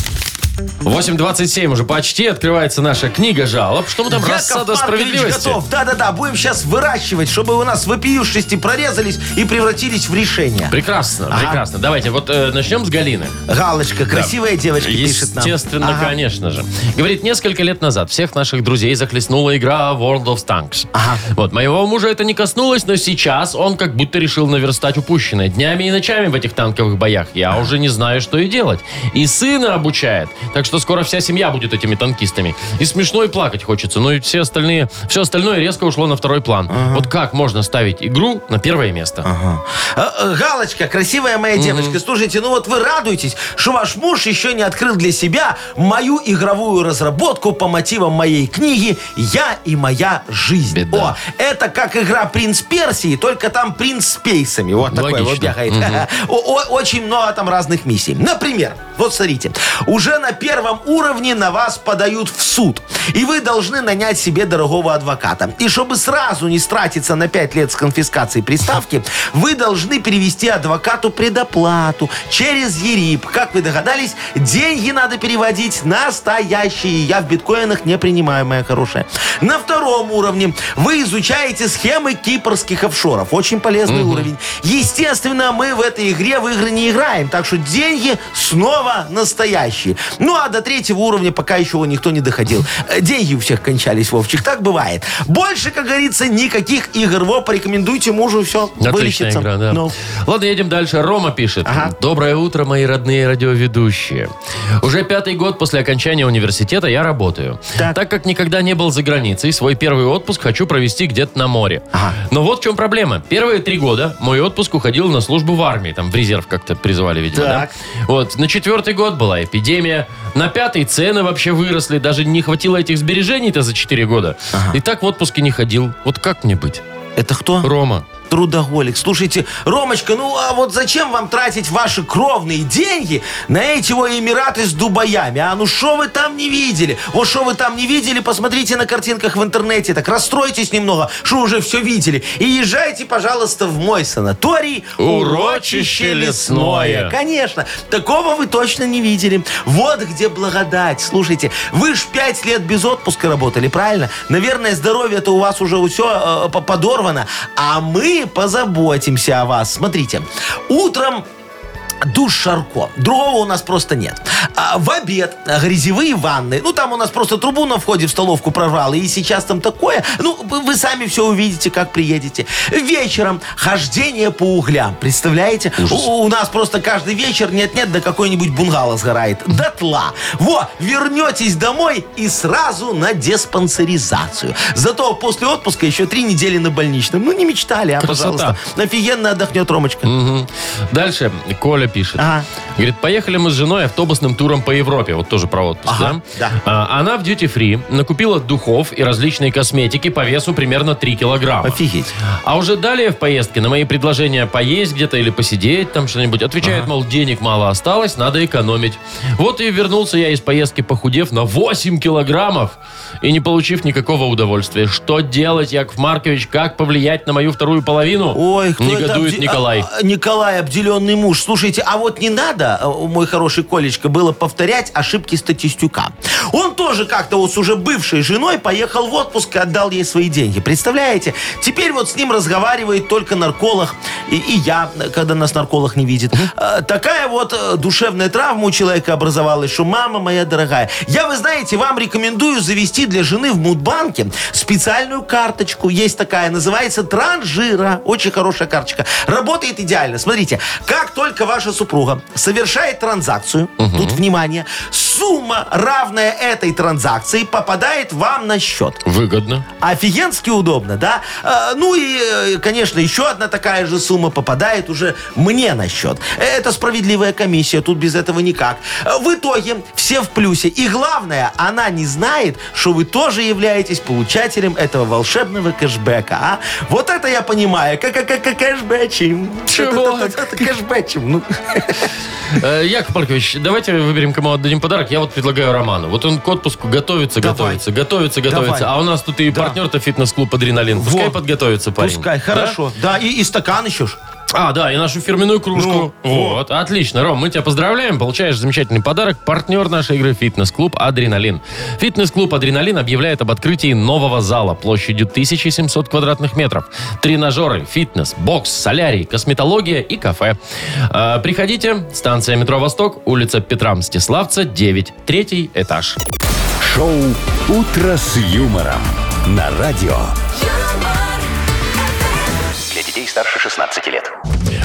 Speaker 2: 8.27 уже почти открывается наша книга жалоб. Что мы там,
Speaker 3: Яков
Speaker 2: рассада
Speaker 3: Маркович
Speaker 2: справедливости?
Speaker 3: готов. Да-да-да, будем сейчас выращивать, чтобы у нас вопиюшести прорезались и превратились в решение.
Speaker 2: Прекрасно, прекрасно. Давайте, вот э, начнем с Галины.
Speaker 3: Галочка, красивая девочка пишет нам.
Speaker 2: Естественно,
Speaker 3: Ага.
Speaker 2: конечно же. Говорит, несколько лет назад всех наших друзей захлестнула игра World of Tanks. Вот, моего мужа это не коснулось, но сейчас он как будто решил наверстать упущенное. Днями и ночами в этих танковых боях. Я уже не знаю, что и делать. И сына обучает. Так что скоро вся семья будет этими танкистами. И смешно, и плакать хочется. Но и все остальные... Все остальное резко ушло на второй план. Вот как можно ставить игру на первое место?
Speaker 3: А, а, Галочка, красивая моя девочка, слушайте, ну вот вы радуетесь, что ваш муж еще не открыл для себя мою игровую разработку по мотивам моей книги «Я и моя жизнь».
Speaker 2: Беда.
Speaker 3: О, это как игра «Принц Персии», только там принц с пейсами. Вот такой вот
Speaker 2: Логично.
Speaker 3: бегает. О- о- Очень много там разных миссий. Например, вот смотрите, уже на первом уровне на вас подают в суд, и вы должны нанять себе дорогого адвоката. И чтобы сразу не стратиться на 5 лет с конфискацией приставки, вы должны перевести адвокату предоплату через ЕРИП. Как вы догадались, деньги надо переводить настоящие. Я в биткоинах не принимаю, моя хорошая. На втором уровне вы изучаете схемы кипрских офшоров. Очень полезный уровень. Естественно, мы в этой игре в игры не играем, так что деньги снова настоящие. Ну а до третьего уровня пока еще никто не доходил. Э, Деньги у всех кончались, Вовчик, так бывает. Больше, как говорится, никаких игр. Во, порекомендуйте мужу, все,
Speaker 2: Отличная
Speaker 3: вылечится.
Speaker 2: игра, да.
Speaker 3: Ну.
Speaker 2: Ладно, едем дальше. Рома пишет.
Speaker 3: Ага.
Speaker 2: Доброе утро, мои родные радиоведущие. Уже пятый год после окончания университета я работаю.
Speaker 3: Так.
Speaker 2: Так как никогда не был за границей, свой первый отпуск хочу провести где-то на море.
Speaker 3: Ага.
Speaker 2: Но вот в чем проблема. Первые три года мой отпуск уходил на службу в армии. Там в резерв как-то призывали, видимо, да?
Speaker 3: Так.
Speaker 2: Вот. На четвертый год была эпидемия. На пятый цены вообще выросли. Даже не хватило этих сбережений-то за четыре года. И так в отпуске не ходил. Вот как мне быть?
Speaker 3: Это кто?
Speaker 2: Рома.
Speaker 3: Трудоголик. Слушайте, Ромочка, ну а вот зачем вам тратить ваши кровные деньги на эти во Эмираты с Дубаями? А ну что вы там не видели? Вот что вы там не видели, посмотрите на картинках в интернете, так расстройтесь немного, что уже все видели. И езжайте, пожалуйста, в мой санаторий
Speaker 2: Урочище лесное.
Speaker 3: Конечно, такого вы точно не видели. Вот где благодать. Слушайте, вы ж пять лет без отпуска работали, правильно? Наверное, здоровье-то у вас уже все подорвано. А мы позаботимся о вас. Смотрите, утром Душ Шарко. Другого у нас просто нет. А в обед а, грязевые ванны. Ну, там у нас просто трубу на входе в столовку прорвало. И сейчас там такое. Ну, вы вы сами все увидите, как приедете. Вечером хождение по углям. Представляете? У, у нас просто каждый вечер нет-нет, да какой-нибудь бунгало сгорает. Дотла. Во, вернетесь домой и сразу на диспансеризацию. Зато после отпуска еще три недели на больничном. Ну, не мечтали, а,
Speaker 2: Красота.
Speaker 3: пожалуйста. Офигенно отдохнет Ромочка.
Speaker 2: Дальше Коля пишет.
Speaker 3: Ага.
Speaker 2: Говорит, поехали мы с женой автобусным туром по Европе. Вот тоже про отпуск,
Speaker 3: Ага,
Speaker 2: да?
Speaker 3: да.
Speaker 2: А, она в дьюти-фри накупила духов и различные косметики по весу примерно 3 килограмма.
Speaker 3: Офигеть.
Speaker 2: А уже далее в поездке на мои предложения поесть где-то или посидеть, там что-нибудь, отвечает, мол, денег мало осталось, надо экономить. Вот и вернулся я из поездки, похудев на 8 килограммов и не получив никакого удовольствия. Что делать, Яков Маркович, как повлиять на мою вторую половину?
Speaker 3: Ой, кто это
Speaker 2: Негодует
Speaker 3: обде-
Speaker 2: Николай.
Speaker 3: а, а, Николай, обделенный муж. Слушайте, а вот не надо, а, мой хороший Колечка, было повторять ошибки статистюка. Он тоже как-то вот с уже бывшей женой поехал в отпуск и отдал ей свои деньги. Представляете? Теперь вот с ним разговаривает только нарколог. И, и я, когда нас нарколог не видит. А, Такая вот э, душевная травма у человека образовалась, что мама моя дорогая. Я, вы знаете, вам рекомендую завести для жены в Мудбанке специальную карточку. Есть такая, называется транжира. Очень хорошая карточка. Работает идеально. Смотрите, как только ваша супруга совершает транзакцию, тут внимание, сумма, равная этой транзакции, попадает вам на счет.
Speaker 2: Выгодно.
Speaker 3: Офигенски удобно, да? Э, Ну и, э, конечно, еще одна такая же сумма попадает уже мне на счет. Это справедливая комиссия, тут без этого никак. Э, В итоге все в плюсе. И главное, она не знает, что вы тоже являетесь получателем этого волшебного кэшбэка. А? Вот это я понимаю. Как кэшбэчим.
Speaker 2: Чего?
Speaker 3: Кэшбэчим. Ну,
Speaker 2: Э, Яков Маркович, давайте выберем, кому отдадим подарок. Я вот предлагаю Роману. Вот он к отпуску готовится,
Speaker 3: Давай.
Speaker 2: готовится, готовится, готовится.
Speaker 3: Давай.
Speaker 2: А у нас тут и
Speaker 3: Да.
Speaker 2: партнер-то фитнес-клуб «Адреналин». Пускай
Speaker 3: Во.
Speaker 2: подготовится парень.
Speaker 3: Пускай,
Speaker 2: Да?
Speaker 3: хорошо. Да, и, и стакан еще ж.
Speaker 2: А, да, и нашу фирменную кружку. вот. отлично. Ром, мы тебя поздравляем. Получаешь замечательный подарок. Партнер нашей игры «Фитнес-клуб Адреналин». «Фитнес-клуб Адреналин» объявляет об открытии нового зала площадью 1700 квадратных метров. Тренажеры, фитнес, бокс, солярий, косметология и кафе. Э, приходите. Станция метро «Восток», улица Петра Мстиславца, 9, третий этаж.
Speaker 1: Шоу «Утро с юмором» на радио.
Speaker 4: Для детей старше 16 лет.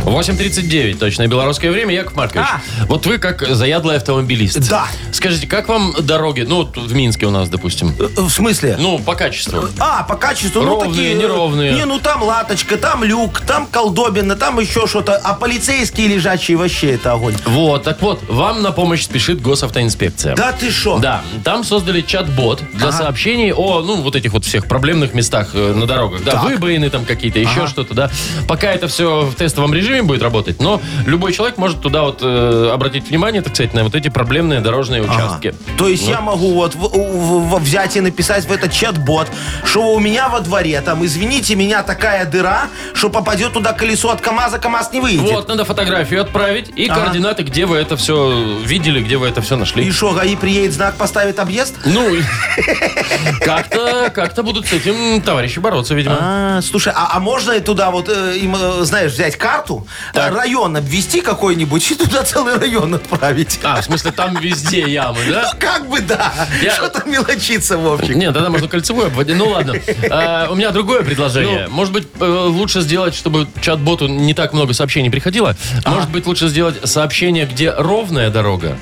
Speaker 2: 8.39, точное белорусское время. Яков Маркович, вот вы как заядлый автомобилист.
Speaker 3: А! Да.
Speaker 2: Скажите, как вам дороги, ну, вот в Минске у нас, допустим,
Speaker 3: Э, В смысле?
Speaker 2: Ну, по качеству.
Speaker 3: А, по качеству,
Speaker 2: Ровные,
Speaker 3: ну такие... э,
Speaker 2: неровные.
Speaker 3: Не, ну там латочка, там люк, там колдобина, там еще что-то. А полицейские лежачие вообще это огонь.
Speaker 2: Вот, так вот, вам на помощь спешит госавтоинспекция.
Speaker 3: Да ты шо?
Speaker 2: Да, там создали чат-бот для сообщений о, ну, вот этих вот всех проблемных местах э, на дорогах. Да,
Speaker 3: Так.
Speaker 2: выбоины там какие-то, еще что-то, да. Пока это все в тестовом режиме будет работать, но любой человек может туда вот э, обратить внимание, так сказать, на вот эти проблемные дорожные
Speaker 3: Ага.
Speaker 2: участки. Ну,
Speaker 3: То есть я могу вот в- в- в- взять и написать в этот чат-бот, что у меня во дворе там, извините меня, такая дыра, что попадет туда колесо от КамАЗа, а КамАЗ не выйдет.
Speaker 2: Вот, надо фотографию отправить и
Speaker 3: Ага.
Speaker 2: координаты, где вы это все видели, где вы это все нашли.
Speaker 3: И что, ГАИ приедет, знак поставит объезд?
Speaker 2: Ну, и как-то как-то будут с этим товарищи бороться, видимо.
Speaker 3: А, слушай, а, а можно и туда вот, э, им, э, знаешь, взять карту,
Speaker 2: Так.
Speaker 3: э, район обвести какой-нибудь и туда целый район отправить?
Speaker 2: А, в смысле, там везде ямы, да?
Speaker 3: Ну, Как бы да.
Speaker 2: Я-
Speaker 3: Что там мелочиться, Вовчик?
Speaker 2: Нет, тогда можно кольцевую обводить. Ну ладно. А, у меня другое предложение. Может быть, э, лучше сделать, чтобы чат-боту не так много сообщений приходило. Может быть, лучше сделать сообщение, где ровная дорога.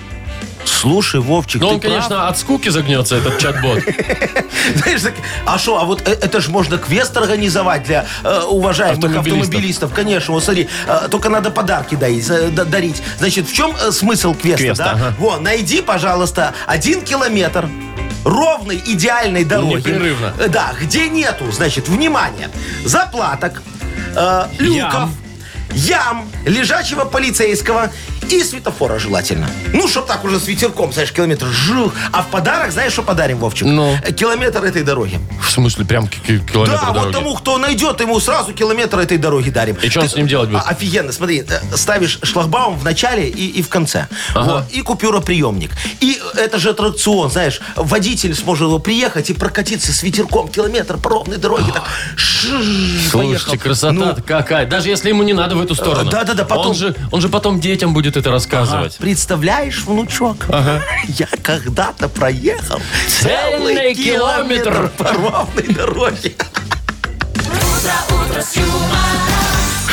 Speaker 3: Слушай, Вовчик,
Speaker 2: Но
Speaker 3: ты
Speaker 2: Ну, он, конечно, от скуки загнется, этот чат-бот.
Speaker 3: прав. Знаешь, так, а что, а вот э- это же можно квест организовать для э, уважаемых
Speaker 2: Автомобилистов.
Speaker 3: автомобилистов. Конечно, вот смотри, э, только надо подарки дарить. э, да- дарить. Значит, в чем э, смысл квеста,
Speaker 2: Квест,
Speaker 3: да?
Speaker 2: ага.
Speaker 3: Во, найди, пожалуйста, один километр ровной идеальной дороги.
Speaker 2: Ну, Непрерывно.
Speaker 3: Э, Да, где нету, значит, внимание, заплаток, э, люков, ям. лежачего полицейского и светофора желательно. Ну, чтоб так уже с ветерком, знаешь, километр жух. А в подарок, знаешь, что подарим, Вовчик?
Speaker 2: Ну.
Speaker 3: Э, Километр этой дороги.
Speaker 2: В смысле, прям ки- ки- километр
Speaker 3: да, вот
Speaker 2: дороги.
Speaker 3: тому, кто найдет, ему сразу километр этой дороги дарим.
Speaker 2: И чё он с ним делать будет?
Speaker 3: А, Офигенно, смотри, э, ставишь шлагбаум в начале и, и в конце.
Speaker 2: Ага.
Speaker 3: Вот, и купюроприемник. И это же аттракцион, знаешь, водитель сможет его приехать и прокатиться с ветерком километр по ровной дороге. Так, шш,
Speaker 2: Слушайте,
Speaker 3: поехал.
Speaker 2: красота
Speaker 3: Ну,
Speaker 2: какая. Даже если ему не надо в эту сторону.
Speaker 3: Э, да-да-да, потом-
Speaker 2: Он же, он же потом детям будет это рассказывать.
Speaker 3: Представляешь, внучок, я когда-то проехал
Speaker 2: Цельный
Speaker 3: целый
Speaker 2: километр.
Speaker 3: километр по ровной дороге.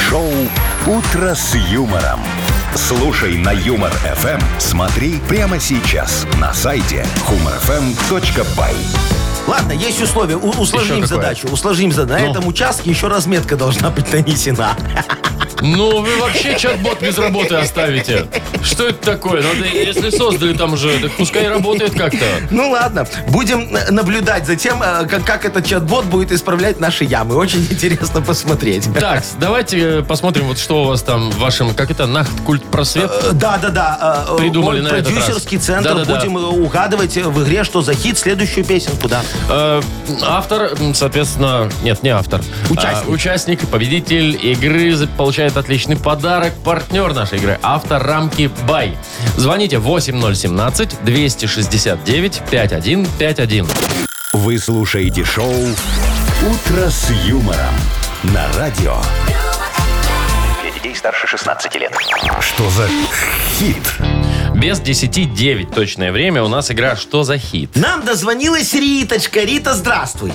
Speaker 1: Шоу «Утро с юмором». Слушай на Юмор ФМ. Смотри прямо сейчас на сайте humorfm.by.
Speaker 3: Ладно, есть условия. У- усложним
Speaker 2: Еще какое?
Speaker 3: задачу. Усложним задачу.
Speaker 2: Ну.
Speaker 3: На этом участке еще разметка должна быть нанесена.
Speaker 2: Ну, вы вообще чат-бот без работы оставите. Что это такое? Надо, если создали там уже, так пускай работает как-то.
Speaker 3: Ну ладно, будем э, наблюдать за тем, э, как, как этот чат-бот будет исправлять наши ямы. Очень интересно посмотреть.
Speaker 2: Так, давайте э, посмотрим, вот что у вас там в вашем, как это, нахт культ просвет.
Speaker 3: Э, Да, да, да. э, э,
Speaker 2: Придумали на
Speaker 3: мой
Speaker 2: этот раз.
Speaker 3: Продюсерский центр.
Speaker 2: Да-да-да.
Speaker 3: Будем э, угадывать э, в игре, что за хит, следующую песенку, да.
Speaker 2: Э, Автор, м, соответственно, нет, не автор.
Speaker 3: Участник.
Speaker 2: А, участник, победитель игры за- получает отличный подарок. Партнер нашей игры. Автор рамки Бай. Звоните 8017-269-5151.
Speaker 1: Вы слушаете шоу «Утро с юмором» на радио.
Speaker 4: Для детей старше 16 лет.
Speaker 1: Что за хит?
Speaker 2: Без 10-9 точное время у нас игра «Что за хит?».
Speaker 3: Нам дозвонилась Риточка. Рита, здравствуй.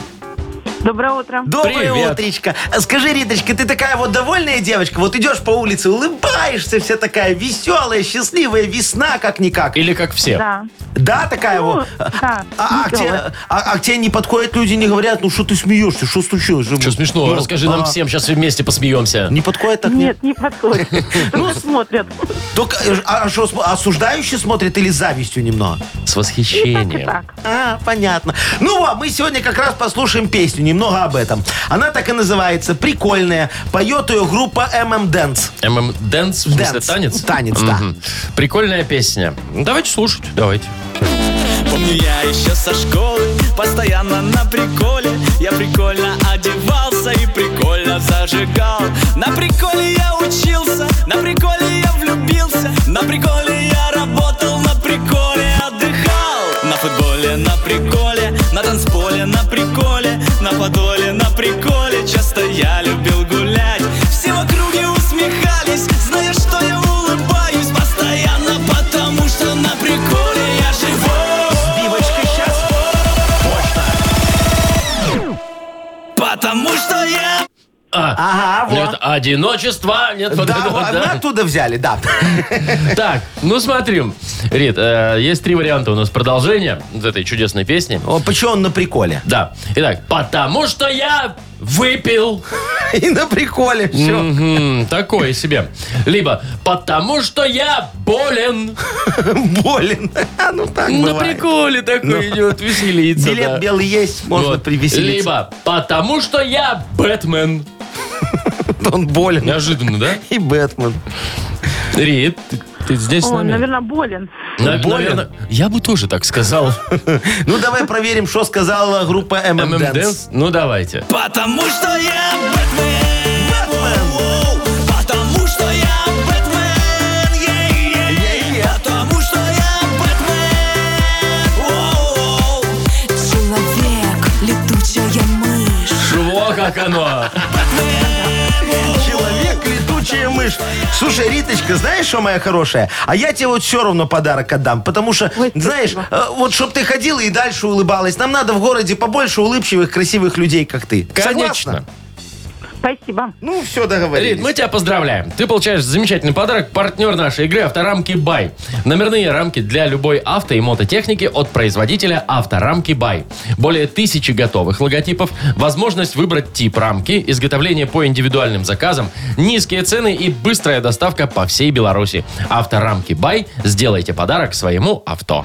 Speaker 6: Доброе утро.
Speaker 3: Доброе
Speaker 2: Привет.
Speaker 3: утречко. А Скажи, Риточка, ты такая вот довольная девочка? Вот идешь по улице, улыбаешься, вся такая веселая, счастливая, весна как-никак.
Speaker 2: Или как все.
Speaker 6: Да.
Speaker 3: Да, такая
Speaker 6: Ну,
Speaker 3: вот?
Speaker 6: да,
Speaker 3: А, а к тебе,
Speaker 6: весёлая.
Speaker 3: а- а к тебе не подходят люди, не говорят, ну что ты смеешься, что случилось?
Speaker 2: Что смешно?
Speaker 3: Ну,
Speaker 2: Расскажи
Speaker 3: а,
Speaker 2: нам всем, сейчас вместе посмеемся.
Speaker 3: Не подходят так?
Speaker 6: Нет, не подходит. Ну, смотрят.
Speaker 3: Только, э, а что, осуждающие смотрят или с завистью немного?
Speaker 2: С
Speaker 6: И так, и
Speaker 2: восхищением.
Speaker 6: так.
Speaker 3: А, понятно. Ну, а мы сегодня как раз послушаем песню, немного об этом. Она так и называется, прикольная. Поет ее группа MM Dance.
Speaker 2: ММ Дэнс, в смысле
Speaker 3: Dance.
Speaker 2: танец?
Speaker 3: Танец, да.
Speaker 2: Мгм. Прикольная песня. Ну, Давайте слушать. Давайте.
Speaker 8: Помню я еще со школы, постоянно на приколе Я прикольно одевался и прикольно зажигал На приколе я учился, на приколе я влюбился На приколе я работал, на приколе отдыхал На футболе, на приколе, на танцполе, на приколе На подоле, на приколе, часто я любил гулять Все в округе усмехались, зная, что я улыбаюсь Постоянно, потому что на приколе я живой
Speaker 3: Бивочка сейчас.
Speaker 8: Потому что я...
Speaker 2: А,
Speaker 3: Ага, вот.
Speaker 2: нет, одиночество. Нет, вот
Speaker 3: да,
Speaker 2: это вот,
Speaker 3: вот,
Speaker 2: да.
Speaker 3: мы оттуда взяли, да.
Speaker 2: Так, ну смотрим. Рит, э, есть три варианта у нас продолжения вот этой чудесной песни.
Speaker 3: О, почему он на приколе?
Speaker 2: Да. Итак, потому что я выпил.
Speaker 3: И на приколе, все.
Speaker 2: Мгм, такое себе. Либо потому что я болен.
Speaker 3: Болен. А, ну так
Speaker 2: На
Speaker 3: бывает. Ну.
Speaker 2: приколе такой идет, веселиться.
Speaker 3: Билет
Speaker 2: да.
Speaker 3: белый есть, можно
Speaker 2: Вот.
Speaker 3: привеселиться.
Speaker 2: Либо потому что я Бэтмен.
Speaker 3: Он болен.
Speaker 2: Неожиданно, да?
Speaker 3: И Бэтмен.
Speaker 2: Рит, ты, ты здесь с
Speaker 6: Он,
Speaker 2: нами?
Speaker 6: наверное, болен.
Speaker 2: На-
Speaker 3: болен.
Speaker 2: наверное, я бы тоже так сказал.
Speaker 3: Ну, давай проверим, что сказала группа MM
Speaker 2: MM
Speaker 3: Dance.
Speaker 2: Dance? Ну, давайте.
Speaker 8: Потому что я Бэтмен. Воу. Потому что я Бэтмен. Е-е-е. Потому что я Бэтмен. Воу.
Speaker 9: Человек, летучая мышь.
Speaker 2: Во как оно.
Speaker 3: Человек, летучая мышь. Слушай, Риточка, знаешь, что моя хорошая? А я тебе вот все равно подарок отдам, потому что,
Speaker 6: спасибо.
Speaker 3: знаешь, э, вот чтоб ты ходила и дальше улыбалась. Нам надо в городе побольше улыбчивых, красивых людей, как ты.
Speaker 2: Конечно.
Speaker 3: Согласна?
Speaker 6: Спасибо.
Speaker 3: Ну, все,
Speaker 2: Рит,
Speaker 3: договорились.
Speaker 2: мы тебя поздравляем. Ты получаешь замечательный подарок. Партнер нашей игры «Авторамки Бай». Номерные рамки для любой авто и мототехники от производителя «Авторамки Бай». Более тысячи готовых логотипов, возможность выбрать тип рамки, изготовление по индивидуальным заказам, низкие цены и быстрая доставка по всей Беларуси. «Авторамки Бай» сделайте подарок своему авто.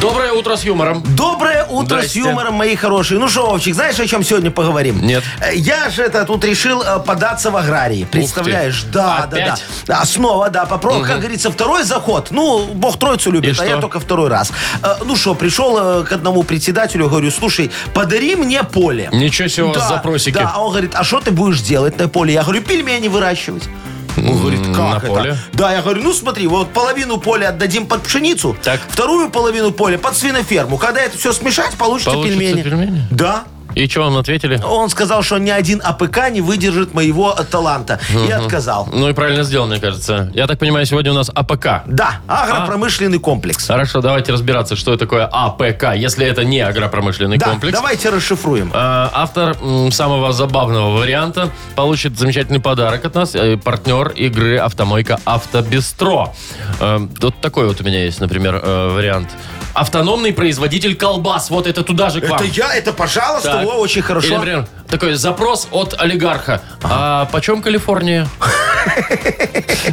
Speaker 2: Доброе утро с юмором.
Speaker 3: Доброе утро с
Speaker 2: Здрасте.
Speaker 3: юмором, мои хорошие. Ну что, Вовчик, знаешь, о чем сегодня поговорим?
Speaker 2: Нет.
Speaker 3: Э, Я же это тут решил э, податься в аграрии. Представляешь?
Speaker 2: ты.
Speaker 3: Да, да,
Speaker 2: Опять?
Speaker 3: да. А, снова, да, попробуй. Как говорится, второй заход. Ну, бог троицу любит,
Speaker 2: И
Speaker 3: а я
Speaker 2: что?
Speaker 3: только второй раз. Э, Ну что, пришел э, к одному председателю, говорю, слушай, подари мне поле.
Speaker 2: Ничего себе у вас запросики.
Speaker 3: Да, а он говорит, а что ты будешь делать на поле? Я говорю, пельмени выращивать. Он говорит, как
Speaker 2: на
Speaker 3: это?
Speaker 2: поле?
Speaker 3: Да, я говорю, ну смотри, вот половину поля отдадим под пшеницу,
Speaker 2: Так.
Speaker 3: вторую половину поля под свиноферму. Когда это все смешать, получится,
Speaker 2: Получится пельмени.
Speaker 3: Да.
Speaker 2: И что вам ответили?
Speaker 3: Он сказал, что ни один АПК не выдержит моего э, таланта. И отказал.
Speaker 2: Ну и правильно сделал, мне кажется. Я так понимаю, сегодня у нас АПК.
Speaker 3: Да, агропромышленный комплекс.
Speaker 2: Хорошо, давайте разбираться, что такое АПК, если это не агропромышленный
Speaker 3: Да,
Speaker 2: комплекс.
Speaker 3: давайте расшифруем.
Speaker 2: Э, Автор м, самого забавного варианта получит замечательный подарок от нас. э, Партнер игры «Автомойка Автобестро». Э, Вот такой вот у меня есть, например, э, вариант. Автономный производитель колбас. Вот это туда же к вам.
Speaker 3: Это я, это пожалуйста,
Speaker 2: Так.
Speaker 3: Во, очень хорошо.
Speaker 2: Или, например, такой запрос от олигарха. А почем Калифорния?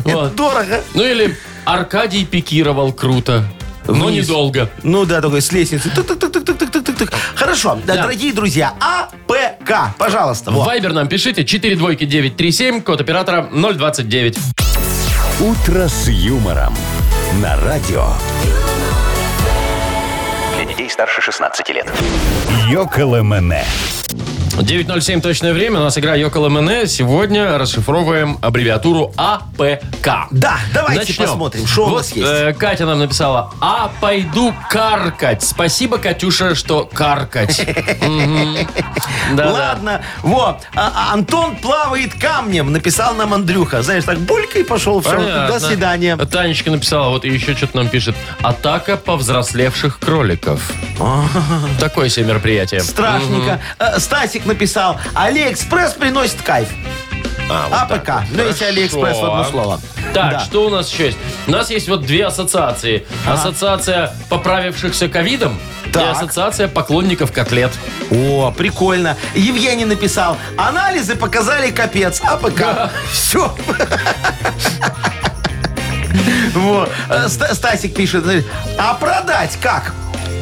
Speaker 2: Вот.
Speaker 3: Дорого.
Speaker 2: Ну или Аркадий пикировал круто, но
Speaker 3: Вниз.
Speaker 2: недолго.
Speaker 3: Ну да, такой с лестницы. Тук-тук-тук-тук-тук-тук-тук. Хорошо, да,
Speaker 2: Да.
Speaker 3: дорогие друзья, АПК, пожалуйста.
Speaker 2: В
Speaker 3: Во.
Speaker 2: Вайбер нам пишите 4 двойки 937, код оператора 029.
Speaker 1: «Утро с юмором» на радио.
Speaker 4: Для детей старше 16 лет.
Speaker 1: Йоколэмэне.
Speaker 2: 9.07 точное время. У нас игра Йокол МН. Сегодня расшифровываем аббревиатуру АПК.
Speaker 3: Да, давайте
Speaker 2: Начнем.
Speaker 3: посмотрим, что
Speaker 2: вот,
Speaker 3: у нас есть.
Speaker 2: э, Катя нам написала, а пойду каркать. Спасибо, Катюша, что каркать. Мгм. Да-да.
Speaker 3: Ладно, вот. А- а Антон плавает камнем, написал нам Андрюха. Знаешь, так булькой пошел, все,
Speaker 2: Понятно.
Speaker 3: до свидания.
Speaker 2: Танечка написала, вот и еще что-то нам пишет. Атака повзрослевших кроликов. Такое себе мероприятие.
Speaker 3: Страшненько. Э, Стасик написал, Алиэкспресс приносит кайф.
Speaker 2: А,
Speaker 3: АПК. Ну, если Алиэкспресс в одно
Speaker 2: Хорошо.
Speaker 3: слово.
Speaker 2: Так,
Speaker 3: Да.
Speaker 2: что у нас еще есть? У нас есть вот две ассоциации. Ассоциация поправившихся ковидом и
Speaker 3: Так.
Speaker 2: ассоциация поклонников котлет.
Speaker 3: О, прикольно. Евгений написал, анализы показали капец, а АПК. Все. Вот. Э, Ста- Стасик пишет, смотри, а продать как?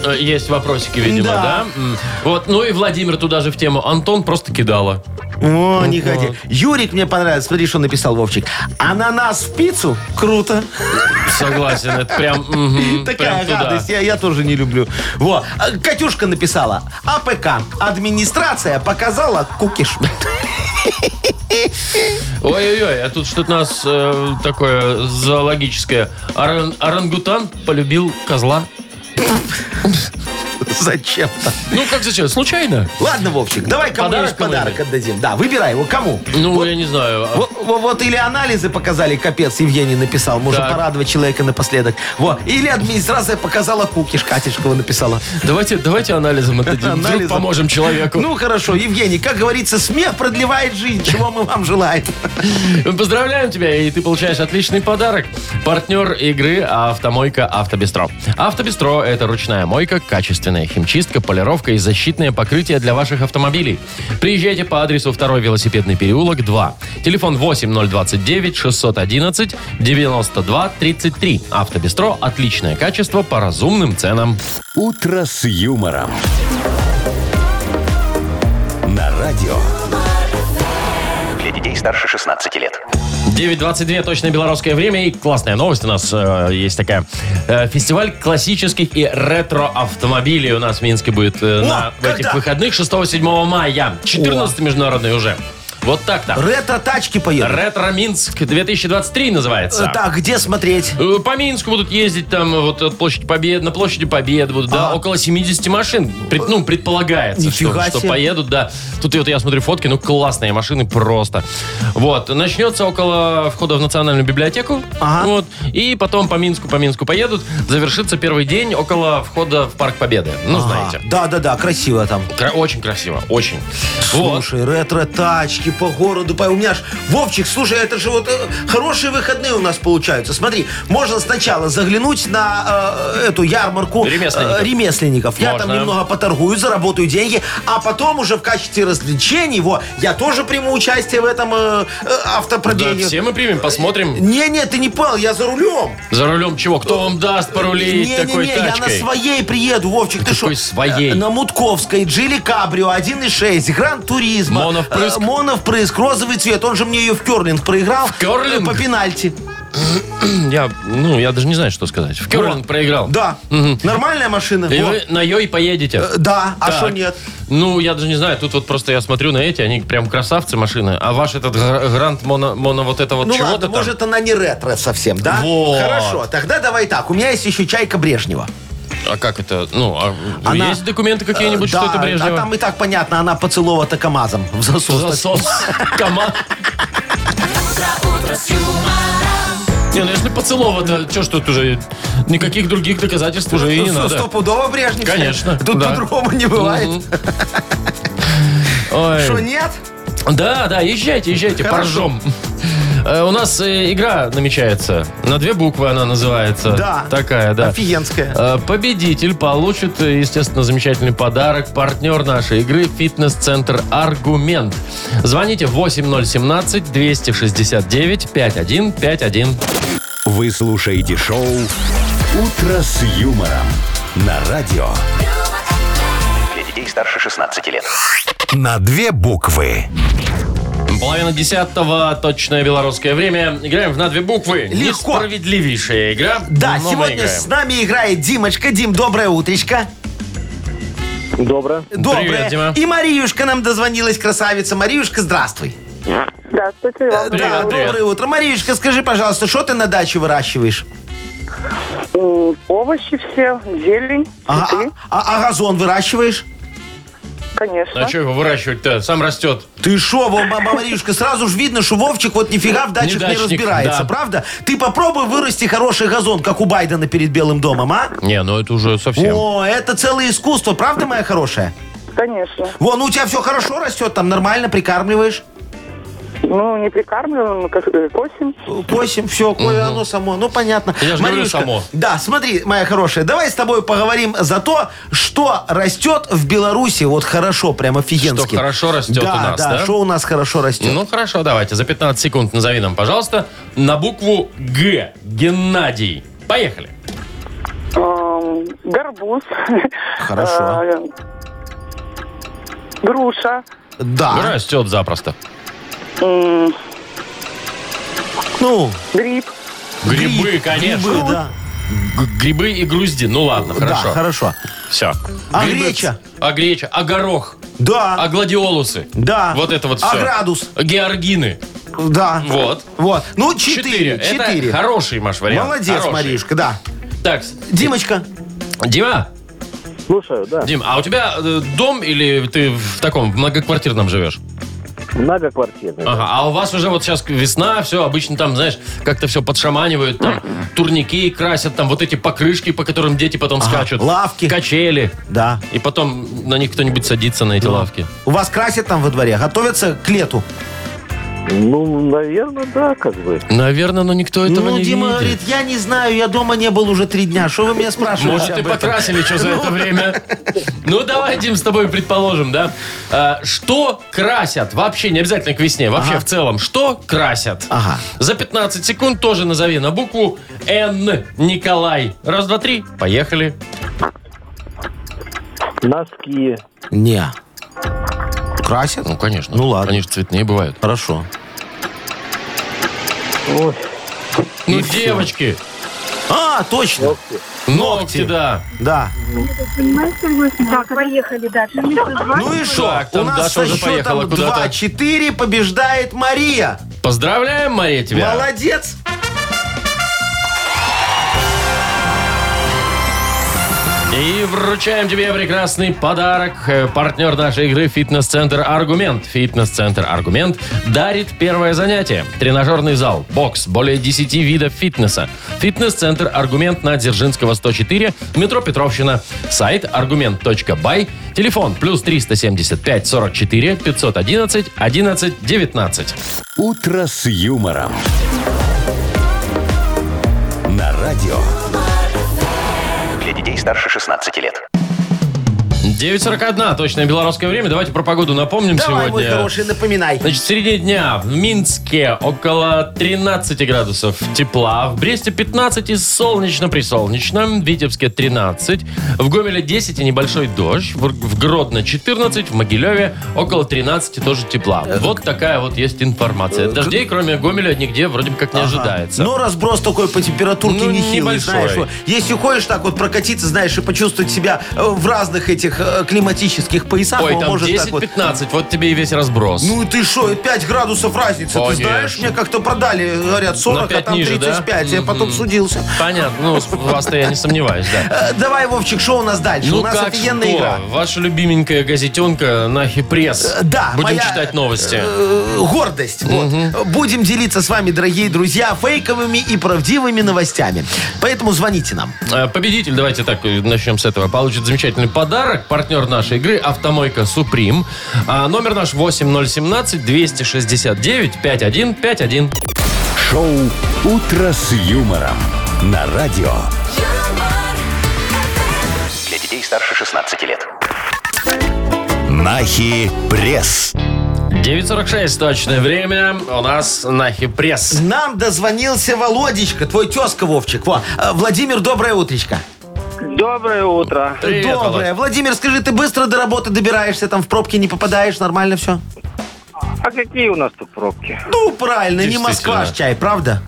Speaker 2: Э, Есть вопросики, видимо, да?
Speaker 3: Да.
Speaker 2: М. Вот, ну и Владимир туда же в тему. Антон просто кидала.
Speaker 3: О, не ходи. Юрик мне понравился. Смотри, что написал Вовчик. Ананас в пиццу? Круто.
Speaker 2: Согласен, это прям... мгм,
Speaker 3: Такая
Speaker 2: прям туда.
Speaker 3: радость. Я, я тоже не люблю. Во. А, Катюшка написала. АПК. Администрация показала кукиш.
Speaker 2: Ой-ой-ой, а тут что-то у нас э, такое зоологическое. Оран- орангутан полюбил козла.
Speaker 3: Зачем-то.
Speaker 2: Ну, как зачем? Случайно?
Speaker 3: Ладно, Вовчик, давай
Speaker 2: Подарок
Speaker 3: кому-нибудь подарок
Speaker 2: кому-нибудь?
Speaker 3: отдадим. Да, выбирай его. Кому?
Speaker 2: Ну, я не знаю.
Speaker 3: Во- во- Вот, или анализы показали, капец, Евгений написал. Можно
Speaker 2: Так.
Speaker 3: порадовать человека напоследок. Вот. Или администрация показала кукиш. Катюшкова написала.
Speaker 2: Давайте, давайте анализом отдадим. Вдруг
Speaker 3: Анализом.
Speaker 2: поможем человеку.
Speaker 3: Ну хорошо, Евгений, как говорится, смех продлевает жизнь, чего мы вам желаем.
Speaker 2: Поздравляем тебя, и ты получаешь отличный подарок. Партнер игры «Автомойка Автобестро». «Автобестро» — это ручная мойка, качественная химчистка, полировка и защитное покрытие для ваших автомобилей. Приезжайте по адресу 2 велосипедный переулок, 2. Телефон 8029-611-92-33. «Автобестро» — отличное качество по разумным ценам.
Speaker 1: «Утро с юмором». На радио.
Speaker 4: Для детей старше 16 лет.
Speaker 2: 9.22, точное белорусское время. И классная новость у нас э, есть такая. Э, фестиваль классических и ретро-автомобилей у нас в Минске будет э, на в этих
Speaker 3: когда?
Speaker 2: выходных 6-7 мая. 14 международный уже. Вот так-то.
Speaker 3: Ретро-тачки поедут.
Speaker 2: Ретро-Минск 2023 называется.
Speaker 3: Э, Так, где смотреть?
Speaker 2: Э, По Минску будут ездить там э, вот от площади Победы, на площади Победы будут, да,
Speaker 3: А.
Speaker 2: около 70 машин, Пред- ну, предполагается, что,
Speaker 3: Нифига
Speaker 2: что
Speaker 3: себе.
Speaker 2: поедут, да. Тут и вот я смотрю фотки, ну, классные машины просто. Вот, начнется около входа в Национальную библиотеку,
Speaker 3: Ага.
Speaker 2: вот, и потом по Минску, по Минску поедут, завершится первый день около входа в Парк Победы, ну, знаете.
Speaker 3: Да-да-да, красиво там.
Speaker 2: Кра- очень красиво, очень. Вот.
Speaker 3: Слушай, ретро-тачки по городу. по- У меня ж, Вовчик, слушай, это же вот э, хорошие выходные у нас получаются. Смотри, можно сначала заглянуть на э, эту ярмарку э,
Speaker 2: Ремесленников.
Speaker 3: ремесленников. Я там
Speaker 2: Можно.
Speaker 3: немного поторгую, заработаю деньги, а потом уже в качестве развлечений, во, я тоже приму участие в этом э, э,
Speaker 2: Да,
Speaker 3: автопродении.
Speaker 2: все мы примем, посмотрим.
Speaker 3: Не-не, ты не понял, я за рулем.
Speaker 2: За рулем чего? Кто вам даст порулить такой
Speaker 3: э, Не-не-не, я на
Speaker 2: тачкой?
Speaker 3: своей приеду, Вовчик, ты что?
Speaker 2: Какой своей?
Speaker 3: Э, На Мутковской, Джили Кабрио, 1.6, Гран Туризма.
Speaker 2: Моно впрыск?
Speaker 3: Э, Моно впрыск, розовый цвет. Он же мне ее в керлинг проиграл.
Speaker 2: керлинг?
Speaker 3: Э, По пенальти.
Speaker 2: Я, ну, я даже не знаю, что сказать. В Керлинг
Speaker 3: Во.
Speaker 2: проиграл.
Speaker 3: Да. Нормальная машина.
Speaker 2: И
Speaker 3: Во.
Speaker 2: вы на Йой поедете?
Speaker 3: Э, Да, а
Speaker 2: Так.
Speaker 3: что нет?
Speaker 2: Ну, я даже не знаю. Тут вот просто я смотрю на эти, они прям красавцы машины. А ваш этот гра- Гранд Моно, моно вот это вот
Speaker 3: Ну
Speaker 2: чего-то
Speaker 3: ладно,
Speaker 2: там.
Speaker 3: может она не ретро совсем, да?
Speaker 2: Вот.
Speaker 3: Хорошо, тогда давай так. У меня есть еще чайка Брежнева.
Speaker 2: А как это? Ну, а
Speaker 3: Она-
Speaker 2: есть документы какие-нибудь,
Speaker 3: Э,
Speaker 2: что
Speaker 3: да,
Speaker 2: это
Speaker 3: А
Speaker 2: Брежнева?
Speaker 3: там и так понятно, она поцеловата КамАЗом в засос.
Speaker 2: Засос. Кома- Не, ну если поцелова-то, что ж тут уже, никаких других доказательств уже и не
Speaker 3: Ну,
Speaker 2: надо.
Speaker 3: Стопудово Брежнев.
Speaker 2: Конечно,
Speaker 3: Тут
Speaker 2: да.
Speaker 3: по-другому не бывает.
Speaker 2: Ой.
Speaker 3: Что, нет?
Speaker 2: Да, да, езжайте, езжайте,
Speaker 3: Хорошо.
Speaker 2: поржем. Э, У нас э, игра намечается. На две буквы она называется.
Speaker 3: Да.
Speaker 2: Такая, да.
Speaker 3: Офигенская.
Speaker 2: Э, Победитель получит, э, естественно, замечательный подарок. Партнер нашей игры – фитнес-центр «Аргумент». Звоните 8017-269-5151.
Speaker 1: Вы слушаете шоу «Утро с юмором» на радио.
Speaker 4: Для детей старше 16 лет.
Speaker 1: На две буквы.
Speaker 2: Половина десятого, точное белорусское время. Играем в на две буквы.
Speaker 3: Легко.
Speaker 2: Несправедливейшая игра. но
Speaker 3: Да,
Speaker 2: Ну, мы
Speaker 3: сегодня
Speaker 2: играем.
Speaker 3: с нами играет Димочка. Дим, доброе утречко.
Speaker 5: Добро.
Speaker 3: Доброе.
Speaker 2: Дима.
Speaker 3: И Мариюшка нам дозвонилась, красавица. Мариюшка, здравствуй. Э,
Speaker 6: Здравствуйте вам.
Speaker 2: Привет,
Speaker 3: да,
Speaker 2: привет.
Speaker 3: доброе утро. Мариюшка, скажи, пожалуйста, что ты на даче выращиваешь?
Speaker 6: М, Овощи все, зелень,
Speaker 3: А,
Speaker 6: цветы,
Speaker 3: а- а газон выращиваешь?
Speaker 6: конечно.
Speaker 2: А что его выращивать-то? Сам растет.
Speaker 3: Ты шо, во, мама Маришка, сразу же видно, что Вовчик вот нифига в дачах не,
Speaker 2: дачник,
Speaker 3: разбирается,
Speaker 2: да.
Speaker 3: правда? Ты попробуй вырасти хороший газон, как у Байдена перед Белым домом, а?
Speaker 2: Не, ну это уже совсем.
Speaker 3: О, это целое искусство, правда, моя хорошая?
Speaker 6: Конечно.
Speaker 3: Вон, у тебя все хорошо растет, там нормально прикармливаешь.
Speaker 6: Ну, не прикармливаем, ну, как э, косим.
Speaker 3: Косим, все, кое оно само. Ну, понятно.
Speaker 2: Я же говорю,
Speaker 3: Маришка,
Speaker 2: само.
Speaker 3: Да, смотри, моя хорошая, давай с тобой поговорим за то, что растет в Беларуси вот хорошо, прям офигенски.
Speaker 2: Что хорошо растет у нас, да?
Speaker 3: что у нас хорошо растет.
Speaker 2: Ну хорошо, давайте. За 15 секунд назови нам, пожалуйста, на букву Г. Геннадий. Поехали.
Speaker 6: Эм, Горбуз.
Speaker 3: Хорошо.
Speaker 6: Э, Груша.
Speaker 2: Ну,
Speaker 3: да.
Speaker 2: Растет запросто.
Speaker 6: м,
Speaker 3: Ну,
Speaker 6: Гриб.
Speaker 2: Грибы,
Speaker 3: гриб,
Speaker 2: конечно.
Speaker 3: Грибы, да.
Speaker 2: Г- Грибы и грузди. Ну ладно,
Speaker 3: Да,
Speaker 2: хорошо.
Speaker 3: хорошо.
Speaker 2: Все.
Speaker 3: А греча?
Speaker 2: А греча. А горох.
Speaker 3: Да,
Speaker 2: А гладиолусы.
Speaker 3: да.
Speaker 2: Вот это вот все.
Speaker 3: А градус?
Speaker 2: Георгины.
Speaker 3: Да.
Speaker 2: Вот.
Speaker 3: Вот. Ну, четыре.
Speaker 2: Это
Speaker 3: Четыре.
Speaker 2: хороший, Маш, вариант.
Speaker 3: Молодец,
Speaker 2: Хороший.
Speaker 3: Маришка, да.
Speaker 2: Так,
Speaker 3: Димочка,
Speaker 2: Дима,
Speaker 5: Слушаю, да.
Speaker 2: Дим, а у тебя э, дом или ты в таком в многоквартирном живешь?
Speaker 5: Многоквартирный.
Speaker 2: Ага, а у вас уже вот сейчас весна, все, обычно там, знаешь, как-то все подшаманивают, там турники красят, там вот эти покрышки, по которым дети потом скачут.
Speaker 3: лавки.
Speaker 2: Качели.
Speaker 3: да.
Speaker 2: И потом на них кто-нибудь садится, на
Speaker 3: Ну.
Speaker 2: эти лавки.
Speaker 3: У вас красят там во дворе, готовятся к лету.
Speaker 5: Ну, наверное, да, как бы.
Speaker 2: Наверное, но никто этого
Speaker 3: ну,
Speaker 2: не
Speaker 3: Дима
Speaker 2: видит.
Speaker 3: говорит, я не знаю, я дома не был уже три дня. Что вы меня спрашиваете
Speaker 2: Может, и
Speaker 3: об этом?
Speaker 2: покрасили что за это время. Ну, давай, Дим, с тобой предположим, да? А, Что красят? Вообще, не обязательно к весне, вообще
Speaker 3: Ага. А.
Speaker 2: в целом. Что красят?
Speaker 3: Ага.
Speaker 2: За 15 секунд тоже назови на букву Н. Николай. Раз, два, три. Поехали.
Speaker 5: Носки.
Speaker 3: Не. Красят?
Speaker 2: Ну, конечно.
Speaker 3: Ну, ладно.
Speaker 2: Они же цветные бывают.
Speaker 3: Хорошо.
Speaker 5: Ой,
Speaker 2: Ну, девочки,
Speaker 3: А, точно.
Speaker 2: ногти,
Speaker 3: Ногти.
Speaker 2: да.
Speaker 3: Да.
Speaker 6: Так, поехали дальше.
Speaker 3: Ну и что?
Speaker 2: Так, там
Speaker 3: У нас
Speaker 2: Даша
Speaker 3: со
Speaker 2: уже поехала
Speaker 3: счетом
Speaker 2: куда-то.
Speaker 3: 2-4 побеждает Мария.
Speaker 2: Поздравляем, Мария, тебя.
Speaker 3: Молодец.
Speaker 2: И вручаем тебе прекрасный подарок. Э, Партнер нашей игры «Фитнес-центр Аргумент». «Фитнес-центр Аргумент» дарит первое занятие. Тренажерный зал, бокс, более 10 видов фитнеса. «Фитнес-центр Аргумент» на Дзержинского, 104, метро Петровщина. Сайт аргумент.бай. Телефон плюс 375 44 511 11 19.
Speaker 1: «Утро с юмором». На радио.
Speaker 4: Для детей старше 16 лет.
Speaker 2: 9.41, точное белорусское время. Давайте про погоду напомним
Speaker 3: Давай,
Speaker 2: сегодня.
Speaker 3: мой хороший, напоминай.
Speaker 2: Значит, в середине дня в Минске около 13 градусов тепла, в Бресте 15 и солнечно-присолнечно, в Витебске 13, в Гомеле 10 и небольшой дождь, в, в Гродно 14, в Могилеве около 13 тоже
Speaker 3: Э,
Speaker 2: тепла. Вот такая вот есть информация. Дождей, кроме Гомеля, нигде вроде бы как не ожидается.
Speaker 3: Но Ну, разброс такой по температурке
Speaker 2: Ну,
Speaker 3: нехилый,
Speaker 2: небольшой.
Speaker 3: знаешь. вот. Если хочешь так вот прокатиться, знаешь, и почувствовать себя э, в разных этих этих э, климатических поясах
Speaker 2: Ой,
Speaker 3: он
Speaker 2: там
Speaker 3: может так вот...
Speaker 2: 10-15, вот тебе и весь разброс.
Speaker 3: Ну и ты что, 5 градусов разницы, ты
Speaker 2: Конечно.
Speaker 3: знаешь, мне как-то продали, говорят, 40, а
Speaker 2: пять
Speaker 3: там
Speaker 2: ниже, да?
Speaker 3: 35, я потом судился.
Speaker 2: Понятно, ну, с- вас-то я не сомневаюсь, да.
Speaker 3: Э, Давай, Вовчик, что у нас дальше?
Speaker 2: Ну
Speaker 3: у нас
Speaker 2: как
Speaker 3: офигенная
Speaker 2: что?
Speaker 3: игра.
Speaker 2: Ваша любименькая газетенка на пресс.
Speaker 3: Э, да,
Speaker 2: Будем
Speaker 3: моя,
Speaker 2: читать новости.
Speaker 3: Э, гордость. Вот. Будем делиться с вами, дорогие друзья, фейковыми и правдивыми новостями. Поэтому звоните нам.
Speaker 2: Э, Победитель, давайте так э, начнем с этого, получит замечательный подарок. Партнер нашей игры «Автомойка Суприм». А номер наш 8017-269-5151.
Speaker 1: Шоу «Утро с юмором» на радио.
Speaker 9: юмор,
Speaker 4: Для детей старше 16 лет.
Speaker 1: Нахи пресс.
Speaker 2: 9.46 точное время. У нас на пресс.
Speaker 3: Нам дозвонился Володечка, твой тезка Вовчик. Во. Э, Владимир, доброе утречко.
Speaker 7: Доброе утро.
Speaker 2: Привет,
Speaker 3: доброе.
Speaker 2: Володь.
Speaker 3: Владимир, скажи, ты быстро до работы добираешься, там в пробки не попадаешь, нормально все?
Speaker 7: А какие у нас тут пробки?
Speaker 3: Ну, правильно, не Москва ж
Speaker 2: Действительно.
Speaker 3: чай, правда?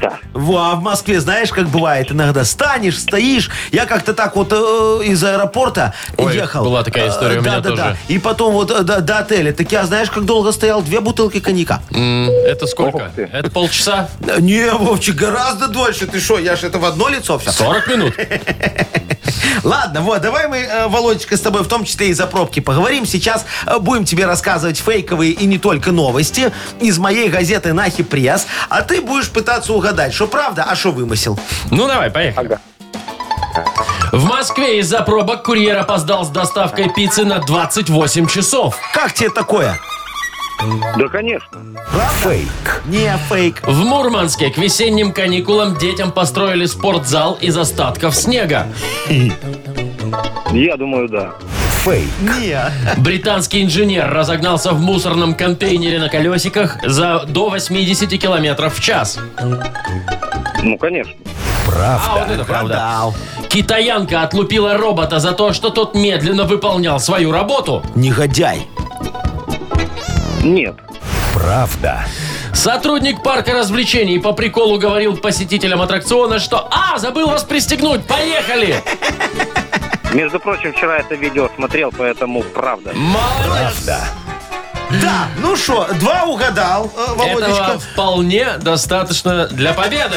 Speaker 7: Да.
Speaker 3: Во, а в Москве, знаешь, как бывает, иногда станешь, стоишь. Я как-то так вот э, из аэропорта
Speaker 2: Ой,
Speaker 3: ехал.
Speaker 2: была такая история у меня
Speaker 3: да, Да,
Speaker 2: тоже.
Speaker 3: да. И потом вот э, до, до отеля. Так я, знаешь, как долго стоял? Две бутылки коньяка.
Speaker 2: М, Это сколько? Это полчаса?
Speaker 3: Э, Не, Вовчик, гораздо дольше. Ты что, я ж это в одно лицо все.
Speaker 2: 40 минут?
Speaker 3: Ладно, вот, давай мы, э, Володечка, с тобой в том числе и за пробки поговорим. Сейчас э, будем тебе рассказывать фейковые и не только новости из моей газеты «Нахи пресс», а ты будешь пытаться угадать, что правда, а что вымысел.
Speaker 2: Ну давай, поехали. В Москве из-за пробок курьер опоздал с доставкой пиццы на 28 часов.
Speaker 3: Как тебе такое?
Speaker 7: Да, конечно.
Speaker 1: Фейк.
Speaker 3: Не фейк.
Speaker 2: В Мурманске к весенним каникулам детям построили спортзал из остатков снега.
Speaker 7: Я думаю, да.
Speaker 1: Фейк.
Speaker 3: Не.
Speaker 2: Британский инженер разогнался в мусорном контейнере на колесиках за до 80 километров в час.
Speaker 7: Ну, конечно.
Speaker 2: А вот это правда.
Speaker 3: Продал.
Speaker 2: Китаянка отлупила робота за то, что тот медленно выполнял свою работу.
Speaker 3: Негодяй.
Speaker 7: Нет.
Speaker 1: Правда.
Speaker 2: Сотрудник парка развлечений по приколу говорил посетителям аттракциона, что «А, забыл вас пристегнуть, поехали!»
Speaker 7: Между прочим, вчера это видео смотрел, поэтому правда.
Speaker 2: Молодец!
Speaker 3: Да, ну что, два угадал, э,
Speaker 2: Этого
Speaker 3: Володечка.
Speaker 2: вполне достаточно для победы.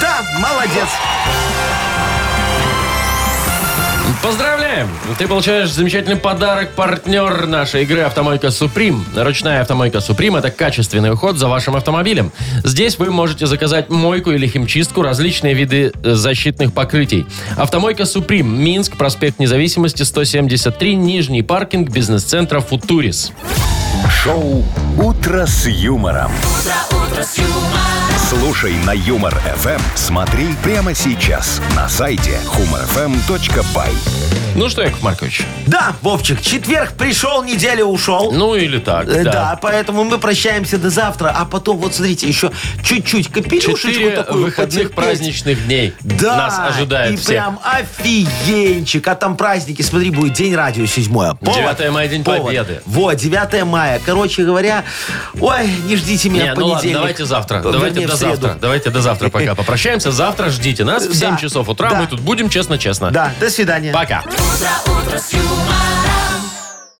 Speaker 3: Да, молодец.
Speaker 2: Поздравляем! Ты получаешь замечательный подарок партнер нашей игры «Автомойка Суприм». Ручная «Автомойка Суприм» — это качественный уход за вашим автомобилем. Здесь вы можете заказать мойку или химчистку, различные виды э, защитных покрытий. «Автомойка Суприм», Минск, проспект Независимости, 173, Нижний паркинг, бизнес-центра «Футурис».
Speaker 1: Шоу «Утро с юмором». Слушай на Юмор ФМ. Смотри прямо сейчас на сайте эм humorfm.by.
Speaker 2: Ну что, Яков Маркович,
Speaker 3: Да, Вовчик, четверг пришел, неделя ушел.
Speaker 2: ну или так,
Speaker 3: Э, Да.
Speaker 2: да.
Speaker 3: поэтому мы прощаемся до завтра, а потом, вот смотрите, еще чуть-чуть капелюшечку
Speaker 2: Четыре
Speaker 3: такую
Speaker 2: выходных
Speaker 3: потерпеть.
Speaker 2: праздничных дней
Speaker 3: Да,
Speaker 2: нас ожидает
Speaker 3: и
Speaker 2: всех.
Speaker 3: прям офигенчик. А там праздники, смотри, будет День радио 7
Speaker 2: 9 мая, День Победы.
Speaker 3: Вот, 9 мая. Короче говоря, ой, не ждите меня
Speaker 2: Не,
Speaker 3: в
Speaker 2: ну ладно,
Speaker 3: понедельник.
Speaker 2: давайте завтра.
Speaker 3: Вернее,
Speaker 2: Давайте до
Speaker 3: в среду.
Speaker 2: завтра. Давайте до завтра пока попрощаемся. Завтра ждите нас в
Speaker 3: Да.
Speaker 2: 7 часов утра.
Speaker 3: Да.
Speaker 2: Мы тут будем честно-честно.
Speaker 3: Да, до свидания.
Speaker 2: Пока.
Speaker 9: утро, утро с юмором.